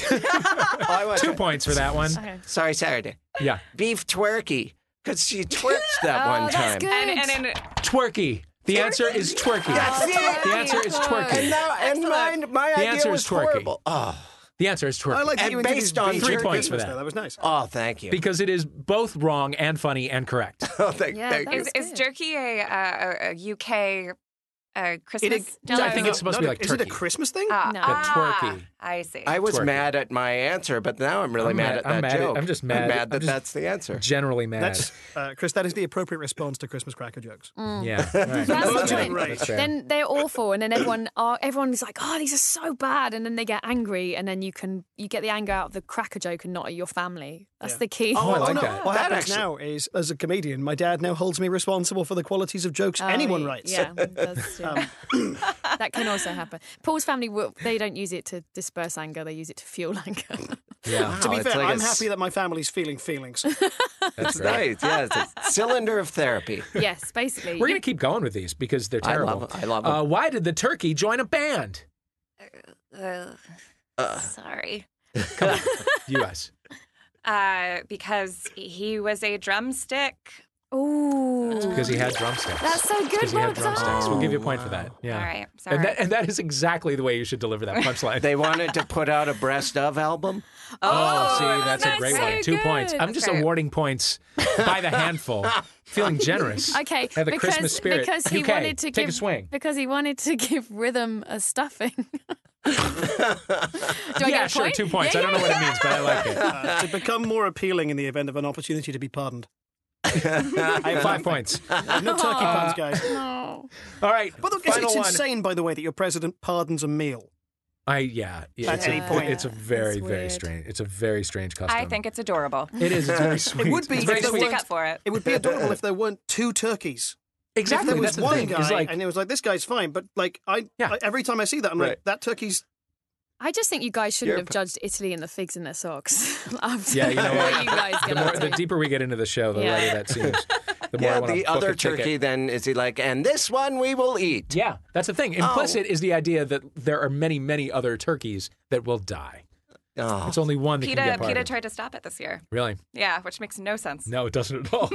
Speaker 3: I went-
Speaker 1: Two points for that one.
Speaker 6: Okay.
Speaker 3: Sorry, Saturday.
Speaker 1: Yeah.
Speaker 3: Beef twerky. Because she twerked that
Speaker 6: Oh,
Speaker 3: one
Speaker 6: that's
Speaker 3: time.
Speaker 6: good.
Speaker 4: And, and in,
Speaker 1: Twerky. The answer is twerky.
Speaker 3: That's it.
Speaker 1: The answer is
Speaker 3: And
Speaker 1: twerky.
Speaker 3: now, and mine, my
Speaker 1: The
Speaker 3: idea
Speaker 1: answer
Speaker 3: was
Speaker 1: is twerky.
Speaker 3: horrible. Oh,
Speaker 1: The answer is twerky.
Speaker 5: I like that
Speaker 3: And
Speaker 5: you introduced
Speaker 3: based on
Speaker 5: beef
Speaker 1: three
Speaker 5: at
Speaker 1: points for
Speaker 5: Christmas,
Speaker 1: that.
Speaker 5: though. That was nice.
Speaker 3: oh, thank you.
Speaker 1: because it is both wrong and funny and correct.
Speaker 3: Oh, thank,
Speaker 6: Yeah,
Speaker 3: thank
Speaker 6: that
Speaker 3: you.
Speaker 6: was-
Speaker 4: is, is
Speaker 6: good.
Speaker 4: jerky a, uh, a, a UK uh, Christmas?
Speaker 1: No, I think it's supposed to be
Speaker 5: Not a-
Speaker 1: like
Speaker 5: Is it a
Speaker 1: turkey.
Speaker 5: Christmas thing?
Speaker 4: Ah,
Speaker 6: No.
Speaker 1: But
Speaker 4: ah,
Speaker 1: twerky.
Speaker 4: I see.
Speaker 3: I was
Speaker 1: Twerky.
Speaker 3: mad at my answer, but now I'm really
Speaker 1: I'm
Speaker 3: mad,
Speaker 1: mad-
Speaker 3: at that
Speaker 1: I'm mad at-
Speaker 3: joke.
Speaker 1: I'm just mad- I'm
Speaker 3: that
Speaker 1: just-
Speaker 3: that's the answer.
Speaker 1: Generally mad.
Speaker 5: That's uh, Chris. That is the appropriate response to Christmas cracker jokes.
Speaker 1: yeah. all right.
Speaker 6: That's
Speaker 5: Those
Speaker 6: the
Speaker 5: are
Speaker 6: point.
Speaker 5: great.
Speaker 1: fair.
Speaker 6: Then they're awful, and then everyone are everyone's like, "Oh, these are so bad," and then they get angry, and then you can you get the anger out of the cracker joke and not at your family. That's the key.
Speaker 1: Oh, I like that.
Speaker 5: What
Speaker 3: That
Speaker 5: happens
Speaker 3: actually-
Speaker 5: now is, as a comedian, my dad now holds me responsible for the qualities of jokes
Speaker 6: Oh,
Speaker 5: anyone
Speaker 6: y-
Speaker 5: writes. Um,
Speaker 6: Yeah, that's, yeah. that can also happen. Paul's family will- they don't use it to disperse anger; they use it to fuel anger.
Speaker 1: Yeah.
Speaker 5: To be
Speaker 3: Wow, it's
Speaker 5: fair,
Speaker 3: like a
Speaker 5: I'm
Speaker 3: s-
Speaker 5: happy that my family's feeling feelings.
Speaker 1: That's right.
Speaker 3: Right, yeah, it's a cylinder of therapy.
Speaker 6: yes, basically.
Speaker 1: We're going to keep going with these because they're
Speaker 3: I
Speaker 1: terrible.
Speaker 3: love 'em. I love 'em.
Speaker 1: uh, why did the turkey join a band?
Speaker 7: Uh, sorry.
Speaker 1: U.S.
Speaker 4: Uh, because he was a drumstick.
Speaker 6: Ooh,
Speaker 1: Because he had drumsticks.
Speaker 6: that's so good.
Speaker 1: Because he
Speaker 6: Well
Speaker 1: had drumsticks.
Speaker 6: done.
Speaker 1: We'll give you a point for that. Yeah.
Speaker 4: All right, sorry.
Speaker 1: And that, and that is exactly the way you should deliver that punchline.
Speaker 3: They wanted to put out a breast of album.
Speaker 1: Oh, see, that's, a
Speaker 4: that's
Speaker 1: great
Speaker 4: so
Speaker 1: one. Two
Speaker 4: good.
Speaker 1: points. I'm
Speaker 4: That's
Speaker 1: just
Speaker 4: great.
Speaker 1: awarding points by the handful. Feeling generous.
Speaker 6: Okay,
Speaker 1: Have the
Speaker 6: because,
Speaker 1: Christmas spirit.
Speaker 6: because he
Speaker 1: UK,
Speaker 6: wanted to
Speaker 1: take
Speaker 6: give
Speaker 1: a swing.
Speaker 6: because he wanted to give rhythm a stuffing. Do I
Speaker 1: yeah,
Speaker 6: get a
Speaker 1: sure.
Speaker 6: point?
Speaker 1: Two points.
Speaker 6: Yeah,
Speaker 1: I don't know what it means, but I like it.
Speaker 5: Uh, to become more appealing in the event of an opportunity to be pardoned.
Speaker 1: I have five points.
Speaker 5: No turkey puns, guys.
Speaker 6: No.
Speaker 1: All right.
Speaker 5: But look, it's,
Speaker 1: final
Speaker 5: it's
Speaker 1: one.
Speaker 5: insane, by the way, that your president pardons a meal.
Speaker 1: I yeah. yeah
Speaker 5: That's
Speaker 1: it's,
Speaker 5: any
Speaker 1: a,
Speaker 5: point.
Speaker 1: It's a very
Speaker 6: That's
Speaker 1: very
Speaker 6: weird.
Speaker 1: strange. It's a very strange custom.
Speaker 4: I think it's adorable.
Speaker 1: it is. It's very sweet.
Speaker 5: It would be
Speaker 1: It's
Speaker 5: if
Speaker 1: very
Speaker 5: there
Speaker 1: sweet.
Speaker 4: Stick
Speaker 5: weren't-
Speaker 4: up for it.
Speaker 5: It would be adorable if there weren't two turkeys.
Speaker 1: Exactly.
Speaker 5: If there was
Speaker 1: that's
Speaker 5: one
Speaker 1: the thing.
Speaker 5: guy,
Speaker 1: It's like
Speaker 5: and it was like this guy's fine, but like I,
Speaker 1: Yeah.
Speaker 5: I- every time I see that, I'm like
Speaker 3: Right.
Speaker 5: that turkey's.
Speaker 6: I just think you guys shouldn't
Speaker 3: You're
Speaker 6: have judged Italy and the figs in their socks. After
Speaker 1: Yeah, you know
Speaker 6: what
Speaker 1: what?
Speaker 6: you guys
Speaker 1: the,
Speaker 6: get
Speaker 1: more,
Speaker 6: up
Speaker 1: the
Speaker 6: to.
Speaker 1: deeper we get into the show, the
Speaker 6: Yeah.
Speaker 1: lighter that seems. The more I
Speaker 3: yeah,
Speaker 1: wanna
Speaker 3: the
Speaker 1: book
Speaker 3: other
Speaker 1: a ticket.
Speaker 3: turkey then is he like, and this one we will eat.
Speaker 1: Yeah, that's the thing.
Speaker 3: Oh.
Speaker 1: Implicit is the idea that there are many, many other turkeys that will die.
Speaker 3: Oh,
Speaker 1: It's only one that can
Speaker 4: PETA,
Speaker 1: get
Speaker 4: PETA
Speaker 1: pardoned.
Speaker 4: tried to stop it this year.
Speaker 1: really?
Speaker 4: Yeah, which makes no sense.
Speaker 1: No, it doesn't at all.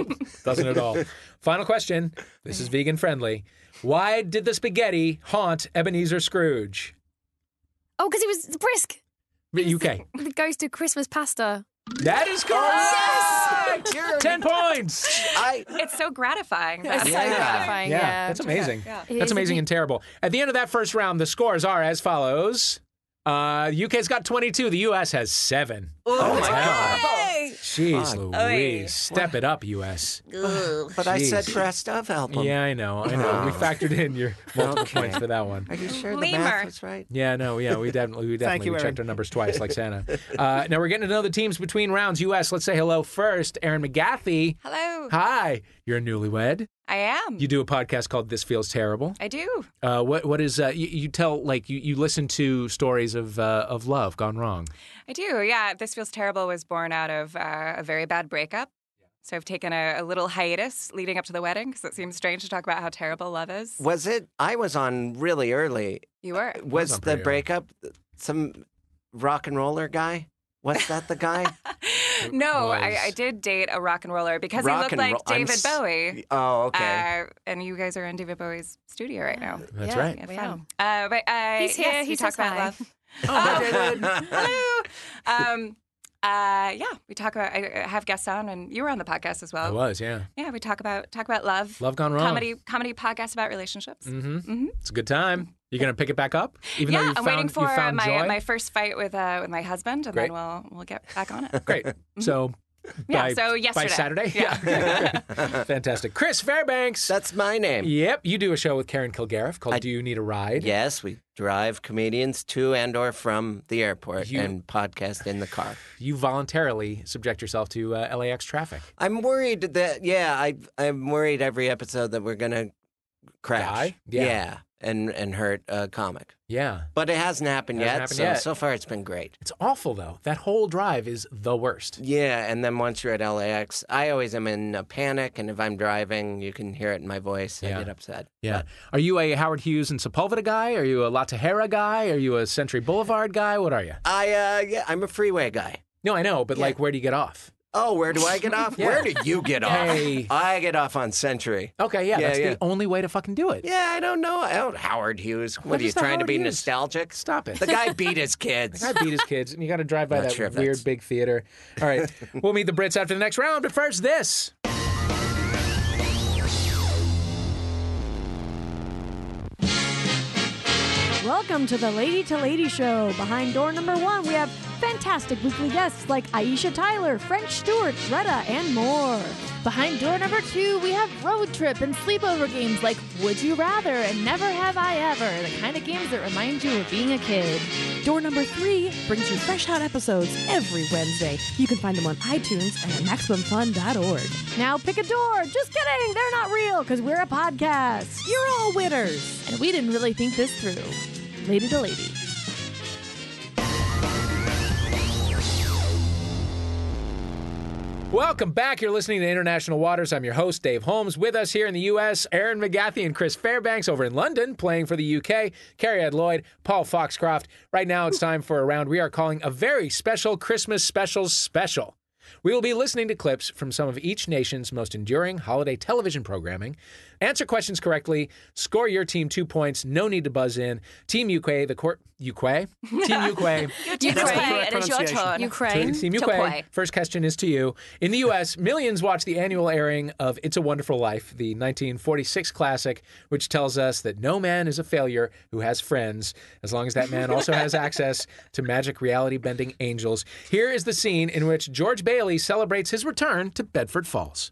Speaker 1: doesn't at all. Final question. This is vegan friendly. Why did the spaghetti haunt Ebenezer Scrooge?
Speaker 6: Oh, because he was brisk.
Speaker 1: UK.
Speaker 6: The ghost of Christmas pasta.
Speaker 1: That is correct. Ten points.
Speaker 3: I
Speaker 4: It's so gratifying.
Speaker 6: That's
Speaker 4: that-
Speaker 6: so gratifying.
Speaker 1: Yeah,
Speaker 6: uh, Yeah,
Speaker 1: that's amazing.
Speaker 4: Yeah.
Speaker 6: It
Speaker 1: That's
Speaker 6: is,
Speaker 1: amazing
Speaker 6: isn't
Speaker 1: and terrible. At the end of that first round, the scores are as follows. Uh, UK's got 22. The US has seven.
Speaker 7: Oh
Speaker 1: my God.
Speaker 7: Hey.
Speaker 1: Jeez
Speaker 4: Oy.
Speaker 1: Louise. Step it up, US.
Speaker 7: Ugh.
Speaker 3: but I said
Speaker 1: Jeez.
Speaker 3: breast of album.
Speaker 1: Yeah, I know. I know. We factored in your multiple
Speaker 3: Okay.
Speaker 1: points for that one.
Speaker 3: Are you sure the
Speaker 4: Lemur.
Speaker 3: math was right?
Speaker 1: Yeah, no, yeah, we definitely, we
Speaker 5: Thank
Speaker 1: definitely
Speaker 5: you,
Speaker 1: we
Speaker 5: Aaron.
Speaker 1: checked our numbers twice, like Santa. Uh, now we're getting to know the teams between rounds. U.S. Let's say hello first. Aaron McGathy.
Speaker 4: Hello.
Speaker 1: Hi, you're a newlywed.
Speaker 4: I am.
Speaker 1: You do a podcast called This Feels Terrible.
Speaker 4: I do.
Speaker 1: Uh, what what is uh, you, you tell like you, you listen to stories of uh, of love gone wrong?
Speaker 4: I do. Yeah. This Feels Terrible was born out of uh, a very bad breakup. So I've taken a, a little hiatus leading up to the wedding because it seems strange to talk about how terrible love is.
Speaker 3: Was it? I was on really early.
Speaker 4: You were.
Speaker 3: Was
Speaker 1: on
Speaker 3: the
Speaker 1: pretty early.
Speaker 3: breakup some rock and roller guy? Was that the guy?
Speaker 4: No,
Speaker 1: was-
Speaker 4: I, I did date a rock and roller because
Speaker 3: rock
Speaker 4: he looked
Speaker 3: and
Speaker 4: like
Speaker 3: roll- I'm
Speaker 4: David
Speaker 3: s-
Speaker 4: Bowie.
Speaker 3: Oh, okay.
Speaker 4: Uh, and you guys are in David Bowie's studio right now.
Speaker 1: That's
Speaker 6: Yeah.
Speaker 1: right.
Speaker 4: Yeah,
Speaker 6: we
Speaker 4: fun. Uh, but uh,
Speaker 6: He's here.
Speaker 4: yes,
Speaker 6: He
Speaker 4: we
Speaker 6: says
Speaker 4: talk about
Speaker 6: hi.
Speaker 4: love.
Speaker 1: Oh,
Speaker 4: Hello. Um, uh, yeah, we talk about. I I have guests on, and you were on the podcast as
Speaker 1: I
Speaker 4: well.
Speaker 1: was, yeah.
Speaker 4: Yeah, we talk about talk about love,
Speaker 1: Love gone wrong.
Speaker 4: Oh. comedy comedy podcast about relationships.
Speaker 1: Mm-hmm. It's a good time. You're gonna pick it back up, even
Speaker 4: yeah,
Speaker 1: though you
Speaker 4: I'm
Speaker 1: found
Speaker 4: waiting for
Speaker 1: you
Speaker 4: uh,
Speaker 1: found
Speaker 4: my
Speaker 1: joy.
Speaker 4: my first fight with uh, with my husband, and
Speaker 1: Great.
Speaker 4: then we'll we'll get back on it.
Speaker 1: Great. So
Speaker 4: Mm-hmm. Yeah,
Speaker 1: by,
Speaker 4: so
Speaker 1: by
Speaker 4: yesterday.
Speaker 1: Saturday. Yeah. Fantastic. Chris Fairbanks.
Speaker 3: That's my name.
Speaker 1: yep, you do a show with Karen Kilgariff called Do You Need a Ride?
Speaker 3: Yes, we drive comedians to and or from the airport
Speaker 1: You-
Speaker 3: and podcast in the car.
Speaker 1: You voluntarily subject yourself to uh, LAX traffic.
Speaker 3: I'm worried that yeah, I I'm worried every episode that we're gonna crash.
Speaker 1: Die? Yeah.
Speaker 3: and and hurt a comic.
Speaker 1: Yeah.
Speaker 3: But it hasn't happened
Speaker 1: Hasn't
Speaker 3: yet.
Speaker 1: happened
Speaker 3: so
Speaker 1: yet.
Speaker 3: so far it's been great.
Speaker 1: It's awful, though. That whole drive is the worst.
Speaker 3: Yeah, and then once you're at LAX, I always am in a panic, and if I'm driving, you can hear it in my voice.
Speaker 1: Yeah.
Speaker 3: I get upset.
Speaker 1: Yeah. Uh, Are you a Howard Hughes and Sepulveda guy? Are you a La Tejera guy? Are you a Century Boulevard guy? What are you?
Speaker 3: I uh yeah, I'm a freeway guy.
Speaker 1: No, I know, but like, where do you get off?
Speaker 3: Oh, where do I get off?
Speaker 1: Yeah.
Speaker 3: Where do you get off?
Speaker 1: Hey. Oh.
Speaker 3: I get off on Century.
Speaker 1: Okay, yeah,
Speaker 3: Yeah,
Speaker 1: that's
Speaker 3: yeah.
Speaker 1: the only way to fucking do it.
Speaker 3: Yeah, I don't know. I don't, Howard Hughes. What,
Speaker 1: What
Speaker 3: are you
Speaker 1: is the
Speaker 3: trying to
Speaker 1: Howard
Speaker 3: be
Speaker 1: Hughes?
Speaker 3: nostalgic?
Speaker 1: Stop it.
Speaker 3: The guy beat his kids.
Speaker 1: I beat his kids, and you got to drive by
Speaker 3: Not
Speaker 1: that
Speaker 3: sure if
Speaker 1: weird
Speaker 3: that's-
Speaker 1: big theater. All right, we'll meet the Brits after the next round, but first, this.
Speaker 8: Welcome to the Lady to Lady Show. Behind door number one, we have fantastic weekly guests like Aisha Tyler, French Stewart, Greta, and more.
Speaker 9: Behind door number two, we have road trip and sleepover games like Would You Rather and Never Have I Ever, the kind of games that remind you of being a kid.
Speaker 8: Door number three brings you fresh hot episodes every Wednesday. You can find them on iTunes and at MaximumFun.org. Now pick a door. Just kidding, they're not real because we're a podcast. You're all winners.
Speaker 9: And we didn't really think this through. Lady to lady.
Speaker 1: Welcome back. You're listening to International Waters. I'm your host, Dave Holmes. With us here in the U.S., Aaron McGathy and Chris Fairbanks over in London, playing for the U.K., Carrie Ed Lloyd, Paul Foxcroft. Right now, it's time for a round we are calling a very special Christmas specials special. We will be listening to clips from some of each nation's most enduring holiday television programming. Answer questions correctly, score your team two points, no need to buzz in. Team UK, the court. UK? Team UK.
Speaker 4: You
Speaker 5: That's the
Speaker 4: cry,
Speaker 5: correct
Speaker 4: and it's your
Speaker 5: pronunciation.
Speaker 4: turn.
Speaker 5: Mm-hmm.
Speaker 6: Ukraine.
Speaker 1: Team
Speaker 4: to
Speaker 1: UK.
Speaker 4: play.
Speaker 1: First question is to you. In the U.S., millions watch the annual airing of "It's a Wonderful Life," the 1946 classic, which tells us that no man is a failure who has friends, as long as that man also has access to magic reality-bending angels. Here is the scene in which George Bailey celebrates his return to Bedford Falls.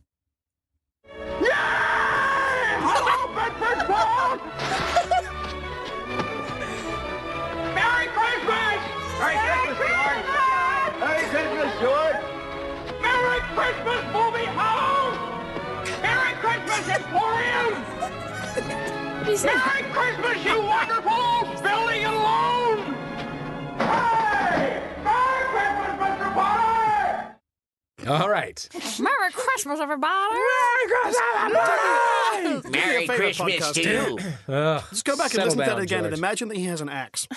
Speaker 10: Merry Christmas! Merry Christmas, George! Merry Christmas, George! Merry Christmas, movie house! Merry Christmas, Emporium! Merry Christmas, you wonderful Billy and Loan! Hey! Merry Christmas, Mr. Potter!
Speaker 1: All right.
Speaker 7: Merry Christmas, everybody.
Speaker 3: Merry
Speaker 5: your favorite podcast.
Speaker 3: Christmas to you.
Speaker 1: Ugh,
Speaker 5: Just go back and
Speaker 1: settle
Speaker 5: listen to
Speaker 1: down,
Speaker 5: that again and
Speaker 1: George.
Speaker 5: imagine that he has an axe.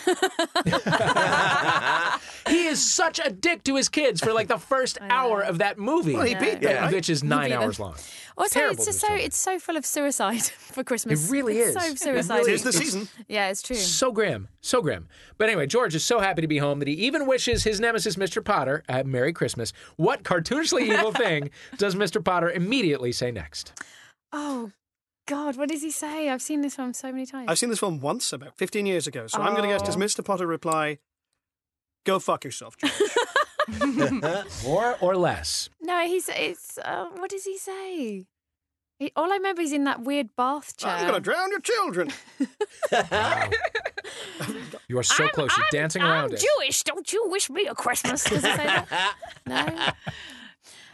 Speaker 1: He is such a dick to his kids for like the first hour of that movie,
Speaker 5: Well, he beat them, right?
Speaker 1: which is nine
Speaker 6: beat them.
Speaker 1: hours long.
Speaker 6: Also,
Speaker 1: Terrible
Speaker 6: it's just
Speaker 1: to
Speaker 6: so
Speaker 1: each other.
Speaker 6: it's so full of suicide for Christmas.
Speaker 1: It really
Speaker 6: It's
Speaker 1: is.
Speaker 6: So
Speaker 1: It
Speaker 6: suicide.
Speaker 5: it is the season.
Speaker 6: yeah, it's true.
Speaker 1: So grim, so grim. But anyway, George is so happy to be home that he even wishes his nemesis, Mr. Potter, a Merry Christmas. What cartoonishly evil thing does Mr. Potter immediately say next?
Speaker 6: Oh God, what does he say? I've seen this one so many times.
Speaker 5: I've seen this film once, about 15 years ago. So I'm going to guess,
Speaker 4: Oh.
Speaker 5: does Mr. Potter reply, go fuck yourself, George?
Speaker 1: More or less?
Speaker 6: No, he's it's. Uh, what does he say? He, all I remember is in that weird bath chair.
Speaker 5: I'm going
Speaker 4: Um.
Speaker 5: to drown your children.
Speaker 1: You are so close. You're dancing
Speaker 7: I'm
Speaker 1: around it.
Speaker 7: Jewish. Don't you wish me a Christmas?
Speaker 6: Does it say that? No.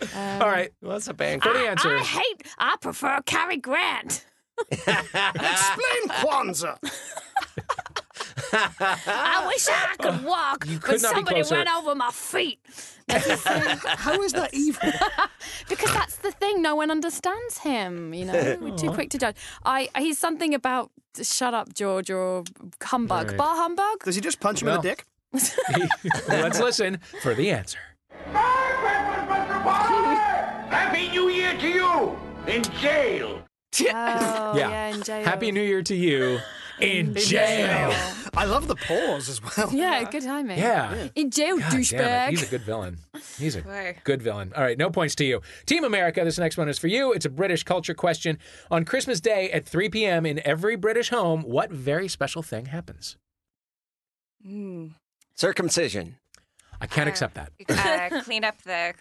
Speaker 1: All right,
Speaker 3: What's a bank?
Speaker 1: for the answer.
Speaker 7: I hate. I prefer Cary Grant.
Speaker 5: Explain Kwanzaa.
Speaker 8: Uh,
Speaker 7: I wish I could walk,
Speaker 1: could
Speaker 7: but
Speaker 1: not be
Speaker 7: somebody
Speaker 1: closer.
Speaker 7: ran over my feet.
Speaker 5: How is that evil?
Speaker 6: Because that's the thing. No one understands him. You know, we're too quick to judge. I he's something about shut up, George, or humbug,
Speaker 1: Right.
Speaker 6: bar humbug.
Speaker 5: Does he just punch him in
Speaker 1: No.
Speaker 5: the dick?
Speaker 1: Let's listen for the answer.
Speaker 10: Merry Christmas, Mr. Potter! Happy New Year to you! In jail!
Speaker 6: Oh, yeah. in jail.
Speaker 1: Happy New Year to you in jail.
Speaker 5: I love the pause as well.
Speaker 6: Yeah, good timing.
Speaker 1: Yeah.
Speaker 6: In jail,
Speaker 1: God Ah, damn it. He's a
Speaker 6: douchebag.
Speaker 1: good villain. He's a
Speaker 4: Boy.
Speaker 1: good villain. All right, no points to you. Team America, this next one is for you. It's a British culture question. On Christmas Day at 3 p.m. in every British home, what very special thing happens?
Speaker 4: Mm.
Speaker 3: Circumcision.
Speaker 1: I can't accept that.
Speaker 4: Uh, clean up Uh, the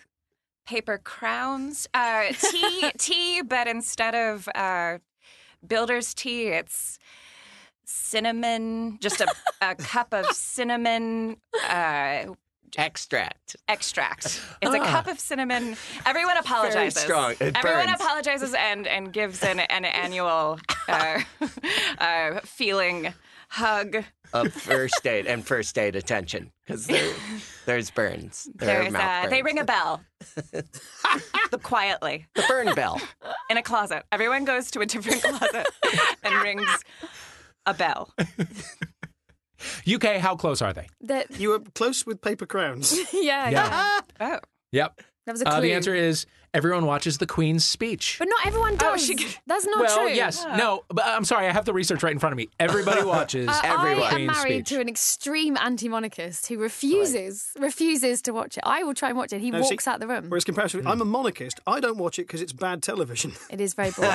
Speaker 4: paper crowns, uh, tea, tea, but instead of uh, builder's tea, it's cinnamon, just a, a cup of cinnamon uh,
Speaker 3: Extract.
Speaker 4: extract. It's a
Speaker 3: Ah.
Speaker 4: cup of cinnamon. Everyone apologizes.
Speaker 3: strong. It
Speaker 4: Everyone
Speaker 3: burns.
Speaker 4: apologizes and and gives an an annual uh, uh, feeling hug.
Speaker 3: Of first aid and first aid attention because there, there's burns. There are
Speaker 4: There's
Speaker 3: mouth
Speaker 4: uh, they
Speaker 3: burns.
Speaker 4: ring a bell. The- quietly
Speaker 3: the burn bell.
Speaker 4: in a closet. Everyone goes to a different closet and rings a bell.
Speaker 1: UK, how close are they?
Speaker 6: That,
Speaker 5: You were close with paper crowns.
Speaker 6: yeah, yeah,
Speaker 1: Yeah.
Speaker 4: Oh.
Speaker 1: Yep.
Speaker 6: That was a
Speaker 1: Uh,
Speaker 6: clue.
Speaker 1: the answer is everyone watches the Queen's speech.
Speaker 6: But not
Speaker 4: Oh,
Speaker 6: everyone does. That's not
Speaker 1: well,
Speaker 6: true.
Speaker 1: yes. No, but I'm sorry. I have the research right in front of me. Everybody watches
Speaker 6: Uh,
Speaker 1: the
Speaker 6: I am
Speaker 1: Queen's
Speaker 6: married
Speaker 1: speech.
Speaker 6: to an extreme anti-monarchist who refuses refuses to watch it. I will try and watch it. He
Speaker 5: No, see-
Speaker 6: walks out the room.
Speaker 5: Whereas comparatively, I'm a monarchist. I don't watch it because it's bad television.
Speaker 6: It is very boring.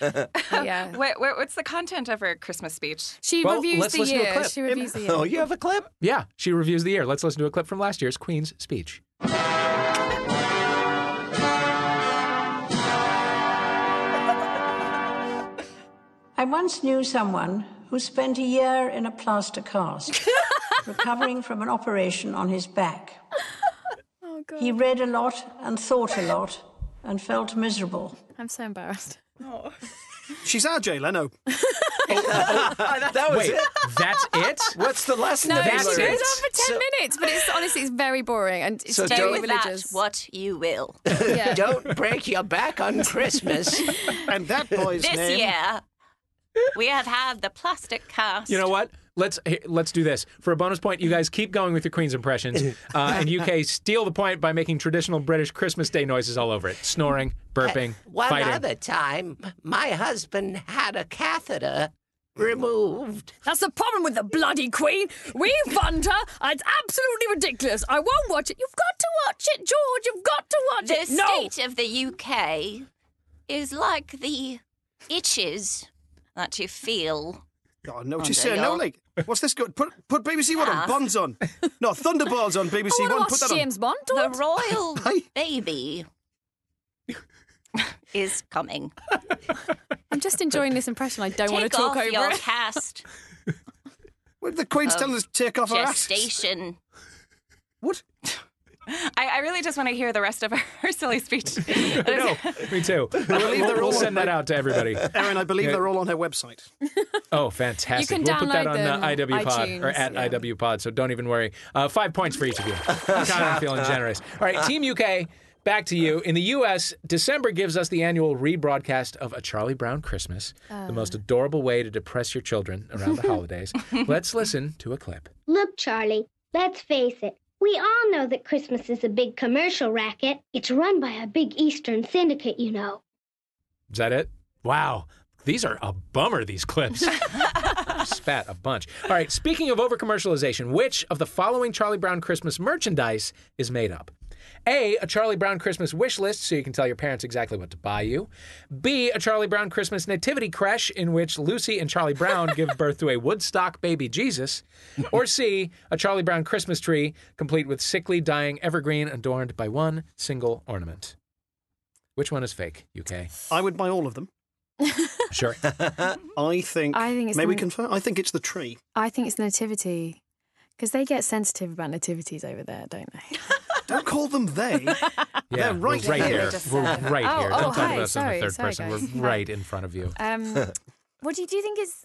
Speaker 6: But yeah.
Speaker 4: What, what, what's the content of her Christmas speech?
Speaker 6: She
Speaker 1: Well,
Speaker 6: reviews
Speaker 1: let's
Speaker 6: the
Speaker 1: listen to a
Speaker 6: year.
Speaker 1: clip.
Speaker 6: She reviews the year.
Speaker 1: Oh,
Speaker 3: you have a clip?
Speaker 1: Yeah, she reviews the year. Let's listen to a clip from last year's Queen's speech.
Speaker 11: I once knew someone who spent a year in a plaster cast, recovering from an operation on his back.
Speaker 6: Oh god.
Speaker 11: He read a lot and thought a lot and felt miserable.
Speaker 6: I'm so embarrassed.
Speaker 5: She's our Jay Leno.
Speaker 3: Oh, That was
Speaker 1: Wait,
Speaker 3: it.
Speaker 1: that's it?
Speaker 3: What's the lesson
Speaker 6: No,
Speaker 3: that
Speaker 6: she
Speaker 3: he
Speaker 1: that's
Speaker 6: goes
Speaker 1: it.
Speaker 3: learned?
Speaker 6: on for ten
Speaker 3: So-
Speaker 6: minutes, but it's honestly it's very boring and it's
Speaker 3: So
Speaker 6: very
Speaker 3: don't-
Speaker 6: religious.
Speaker 4: what you will.
Speaker 6: Yeah.
Speaker 3: Don't break your back on Christmas.
Speaker 5: And that boy's
Speaker 4: This
Speaker 5: name.
Speaker 4: year, we have had the plastic cast.
Speaker 1: You know what? Let's here, let's do this for a bonus point. You guys keep going with your Queen's impressions, uh, and UK steal the point by making traditional British Christmas Day noises all over it: snoring, burping,
Speaker 3: One
Speaker 1: fighting.
Speaker 3: other time, my husband had a catheter removed.
Speaker 7: That's the problem with the bloody queen. We fund her. It's absolutely ridiculous. I won't watch it. You've got to watch it, George. You've got to watch it. No.
Speaker 4: of the UK is like the itches that you feel.
Speaker 5: Oh, no, she's
Speaker 4: there
Speaker 5: saying
Speaker 4: you
Speaker 5: no,
Speaker 4: are.
Speaker 5: like, what's this good? Put, put BBC One on. Bonds on. No, Thunderballs on BBC
Speaker 7: I
Speaker 5: One.
Speaker 7: want
Speaker 5: Put
Speaker 7: to watch
Speaker 5: that on.
Speaker 7: James Bond.
Speaker 4: The
Speaker 7: George.
Speaker 4: royal
Speaker 5: Hey.
Speaker 4: baby is coming.
Speaker 6: I'm just enjoying this impression. I don't want to talk over it.
Speaker 4: cast
Speaker 5: Well, the Queen's telling us to take off our asses.
Speaker 4: gestation.
Speaker 5: What?
Speaker 4: I, I really just want to hear the rest of her silly speech.
Speaker 1: No, me too. We'll,
Speaker 5: they're
Speaker 1: we'll
Speaker 5: all-
Speaker 1: send that out to everybody.
Speaker 5: Erin, I believe
Speaker 1: Yeah.
Speaker 5: they're all on her website.
Speaker 1: Oh, fantastic!
Speaker 6: You can
Speaker 1: we'll put that
Speaker 6: download
Speaker 1: on
Speaker 6: them,
Speaker 1: uh, IW Pod or
Speaker 6: iTunes,
Speaker 1: at
Speaker 6: yeah.
Speaker 1: IW Pod. So don't even worry. Uh, five points for each of you. I'm kind of feeling generous. All right, Team UK. Back to you. In the US, December gives us the annual rebroadcast of A Charlie Brown Christmas,
Speaker 6: Uh.
Speaker 1: the most adorable way to depress your children around the holidays. Let's listen to a clip.
Speaker 12: Look, Charlie, let's face it. We all know that Christmas is a big commercial racket. It's run by a big Eastern syndicate, you know.
Speaker 1: Is that it? Wow. These are a bummer, these clips. Spat a bunch. All right, speaking of over commercialization, which of the following Charlie Brown Christmas merchandise is made up? A, a Charlie Brown Christmas wish list so you can tell your parents exactly what to buy you. B, a Charlie Brown Christmas nativity creche in which Lucy and Charlie Brown give birth to a Woodstock baby Jesus. Or C, a Charlie Brown Christmas tree complete with sickly dying evergreen adorned by one single ornament. Which one is fake, UK?
Speaker 5: I would buy all of them.
Speaker 1: Sure.
Speaker 5: I think.
Speaker 6: I think it's
Speaker 5: May we
Speaker 6: the-
Speaker 5: confirm? I think it's the tree.
Speaker 6: I think it's nativity. Because they get sensitive about nativities over there, don't they?
Speaker 5: Don't call them they. They're right
Speaker 1: we're right here.
Speaker 5: here.
Speaker 1: We're right
Speaker 6: Oh,
Speaker 1: here.
Speaker 6: oh,
Speaker 1: Don't talk
Speaker 6: hi.
Speaker 1: about us in
Speaker 6: Sorry,
Speaker 1: the third
Speaker 6: sorry,
Speaker 1: person.
Speaker 6: guys.
Speaker 1: We're right in front of you.
Speaker 6: Um, what do you, do you think is?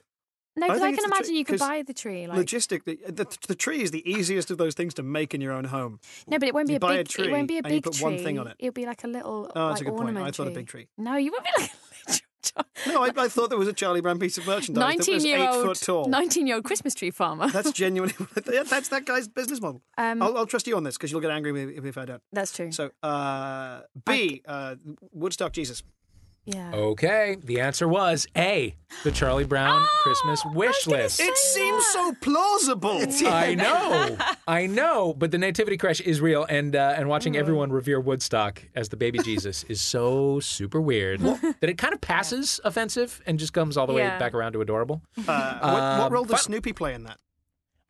Speaker 6: No,
Speaker 5: I
Speaker 6: because I,
Speaker 5: think
Speaker 6: can
Speaker 5: it's the tree,
Speaker 6: imagine you could
Speaker 5: 'cause
Speaker 6: buy the tree. Like,
Speaker 5: Logistically, the, the tree is the easiest of those things to make in your own home.
Speaker 6: no, but it won't be
Speaker 5: you
Speaker 6: a
Speaker 5: buy a
Speaker 6: big. it won't be a
Speaker 5: tree and you
Speaker 6: big
Speaker 5: put
Speaker 6: tree.
Speaker 5: one thing on it.
Speaker 6: will be like a little.
Speaker 5: Oh,
Speaker 6: like,
Speaker 5: that's a good point.
Speaker 6: ornament
Speaker 5: I thought a big tree.
Speaker 6: No, you won't be like a little. tree.
Speaker 5: No, I, I thought there was a Charlie Brown piece of merchandise that was eight foot tall.
Speaker 6: Nineteen-year-old, nineteen-year-old Christmas tree farmer.
Speaker 5: That's genuinely. yeah, that's that guy's business model.
Speaker 6: Um,
Speaker 5: I'll, I'll trust you on this because you'll get angry with me if I don't.
Speaker 6: That's true.
Speaker 5: So, uh, B, uh, Woodstock Jesus.
Speaker 6: yeah.
Speaker 1: Oh, Okay. The answer was A, the Charlie Brown
Speaker 6: Oh,
Speaker 1: Christmas wish list.
Speaker 5: It seems so plausible.
Speaker 1: I know, I know, but the nativity crash is real, and uh, and watching
Speaker 6: Oh.
Speaker 1: everyone revere Woodstock as the baby Jesus is so super weird that it kind of passes offensive and just comes all the
Speaker 6: Yeah.
Speaker 1: way back around to adorable.
Speaker 5: Uh, what, what
Speaker 1: Um,
Speaker 5: role does
Speaker 1: fi-
Speaker 5: Snoopy play in that?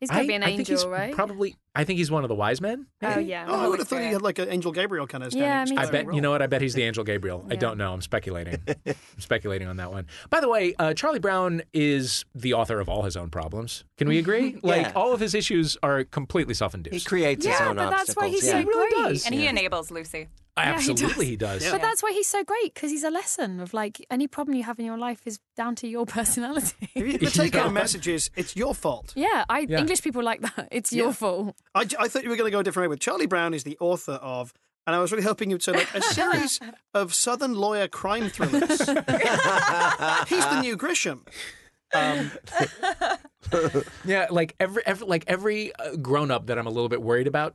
Speaker 6: He's got to be an
Speaker 1: I think
Speaker 6: angel,
Speaker 1: he's
Speaker 6: right?
Speaker 1: Probably. I would think he's one of the wise men.
Speaker 6: Oh,
Speaker 1: maybe?
Speaker 6: yeah.
Speaker 5: Oh, I would have thought he had like an Angel Gabriel kind of
Speaker 6: Yeah,
Speaker 5: standing.
Speaker 6: me
Speaker 1: I
Speaker 6: too.
Speaker 1: bet you know what? I bet he's the angel Gabriel. I don't know. I'm speculating. I'm speculating on that one. By the way, uh, Charlie Brown is the author of all his own problems. Can we agree?
Speaker 3: Yeah.
Speaker 1: Like all of his issues are completely self-induced. He
Speaker 3: creates
Speaker 6: Yeah, but that's why he's so
Speaker 1: He really
Speaker 6: great.
Speaker 1: does.
Speaker 4: And he enables Lucy.
Speaker 1: Absolutely, he does.
Speaker 6: But that's why he's so great because he's a lesson of like any problem you have in your life is down to your personality.
Speaker 5: The take-home message is it's your fault.
Speaker 6: yeah, I
Speaker 5: Yeah.
Speaker 6: English people like that. It's
Speaker 5: Yeah.
Speaker 6: your fault.
Speaker 5: I, j- I thought you were going to go a different way. With Charlie Brown is the author of, and I was really hoping you'd say like a series of Southern lawyer crime thrillers. He's the new Grisham. Um,
Speaker 1: yeah, like every, every like every uh, grown-up that I'm a little bit worried about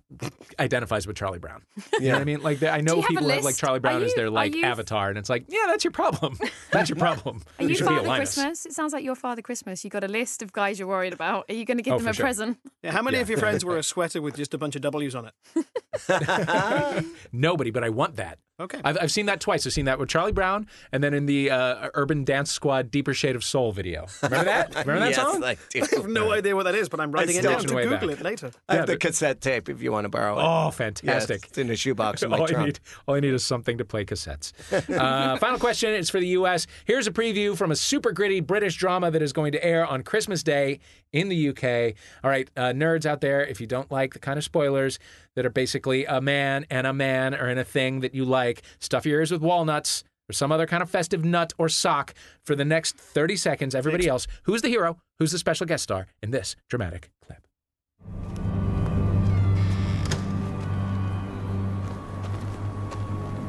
Speaker 1: identifies with Charlie Brown. You know what I mean? Like I know
Speaker 6: you have a
Speaker 1: people have like
Speaker 6: list?
Speaker 1: Charlie Brown
Speaker 6: Are
Speaker 1: as
Speaker 6: you-
Speaker 1: their
Speaker 6: are
Speaker 1: like
Speaker 6: you-
Speaker 1: avatar, and it's like, yeah, that's your problem. That's your problem.
Speaker 6: Are you
Speaker 1: should be a
Speaker 6: Father
Speaker 1: Linus.
Speaker 6: Christmas? It sounds like your Father Christmas. You got a list of guys you're worried about. Are you going to give
Speaker 1: Oh,
Speaker 6: them
Speaker 1: for
Speaker 6: a
Speaker 1: sure.
Speaker 6: present?
Speaker 5: yeah, how many
Speaker 1: Yeah.
Speaker 5: of your friends wear a sweater with just a bunch of W's on it?
Speaker 1: Nobody, but I want that.
Speaker 5: Okay.
Speaker 1: I've, I've seen that twice. I've seen that with Charlie Brown, and then in the uh, Urban Dance Squad "Deeper Shade of Soul" video. Remember that? Remember that
Speaker 3: Yes,
Speaker 1: song?
Speaker 3: I do.
Speaker 5: I have no idea what that is, but I'm writing it
Speaker 3: still
Speaker 5: down to
Speaker 3: can way
Speaker 5: Google
Speaker 3: back.
Speaker 5: it later.
Speaker 3: I have
Speaker 1: Yeah,
Speaker 3: the
Speaker 1: but-
Speaker 3: cassette tape if you want to borrow it.
Speaker 1: Oh, fantastic.
Speaker 3: Yeah, it's in a shoebox in my
Speaker 1: all I
Speaker 3: trunk.
Speaker 1: need, all I need is something to play cassettes. Uh, final question is for the U.S. Here's a preview from a super gritty British drama that is going to air on Christmas Day in the U.K. All right, uh, nerds out there, if you don't like the kind of spoilers that are basically a man and a man are in a thing that you like, stuff your ears with walnuts or some other kind of festive nut or sock for the next 30 seconds. Everybody else, who's the hero? Who's the special guest star in this dramatic clip?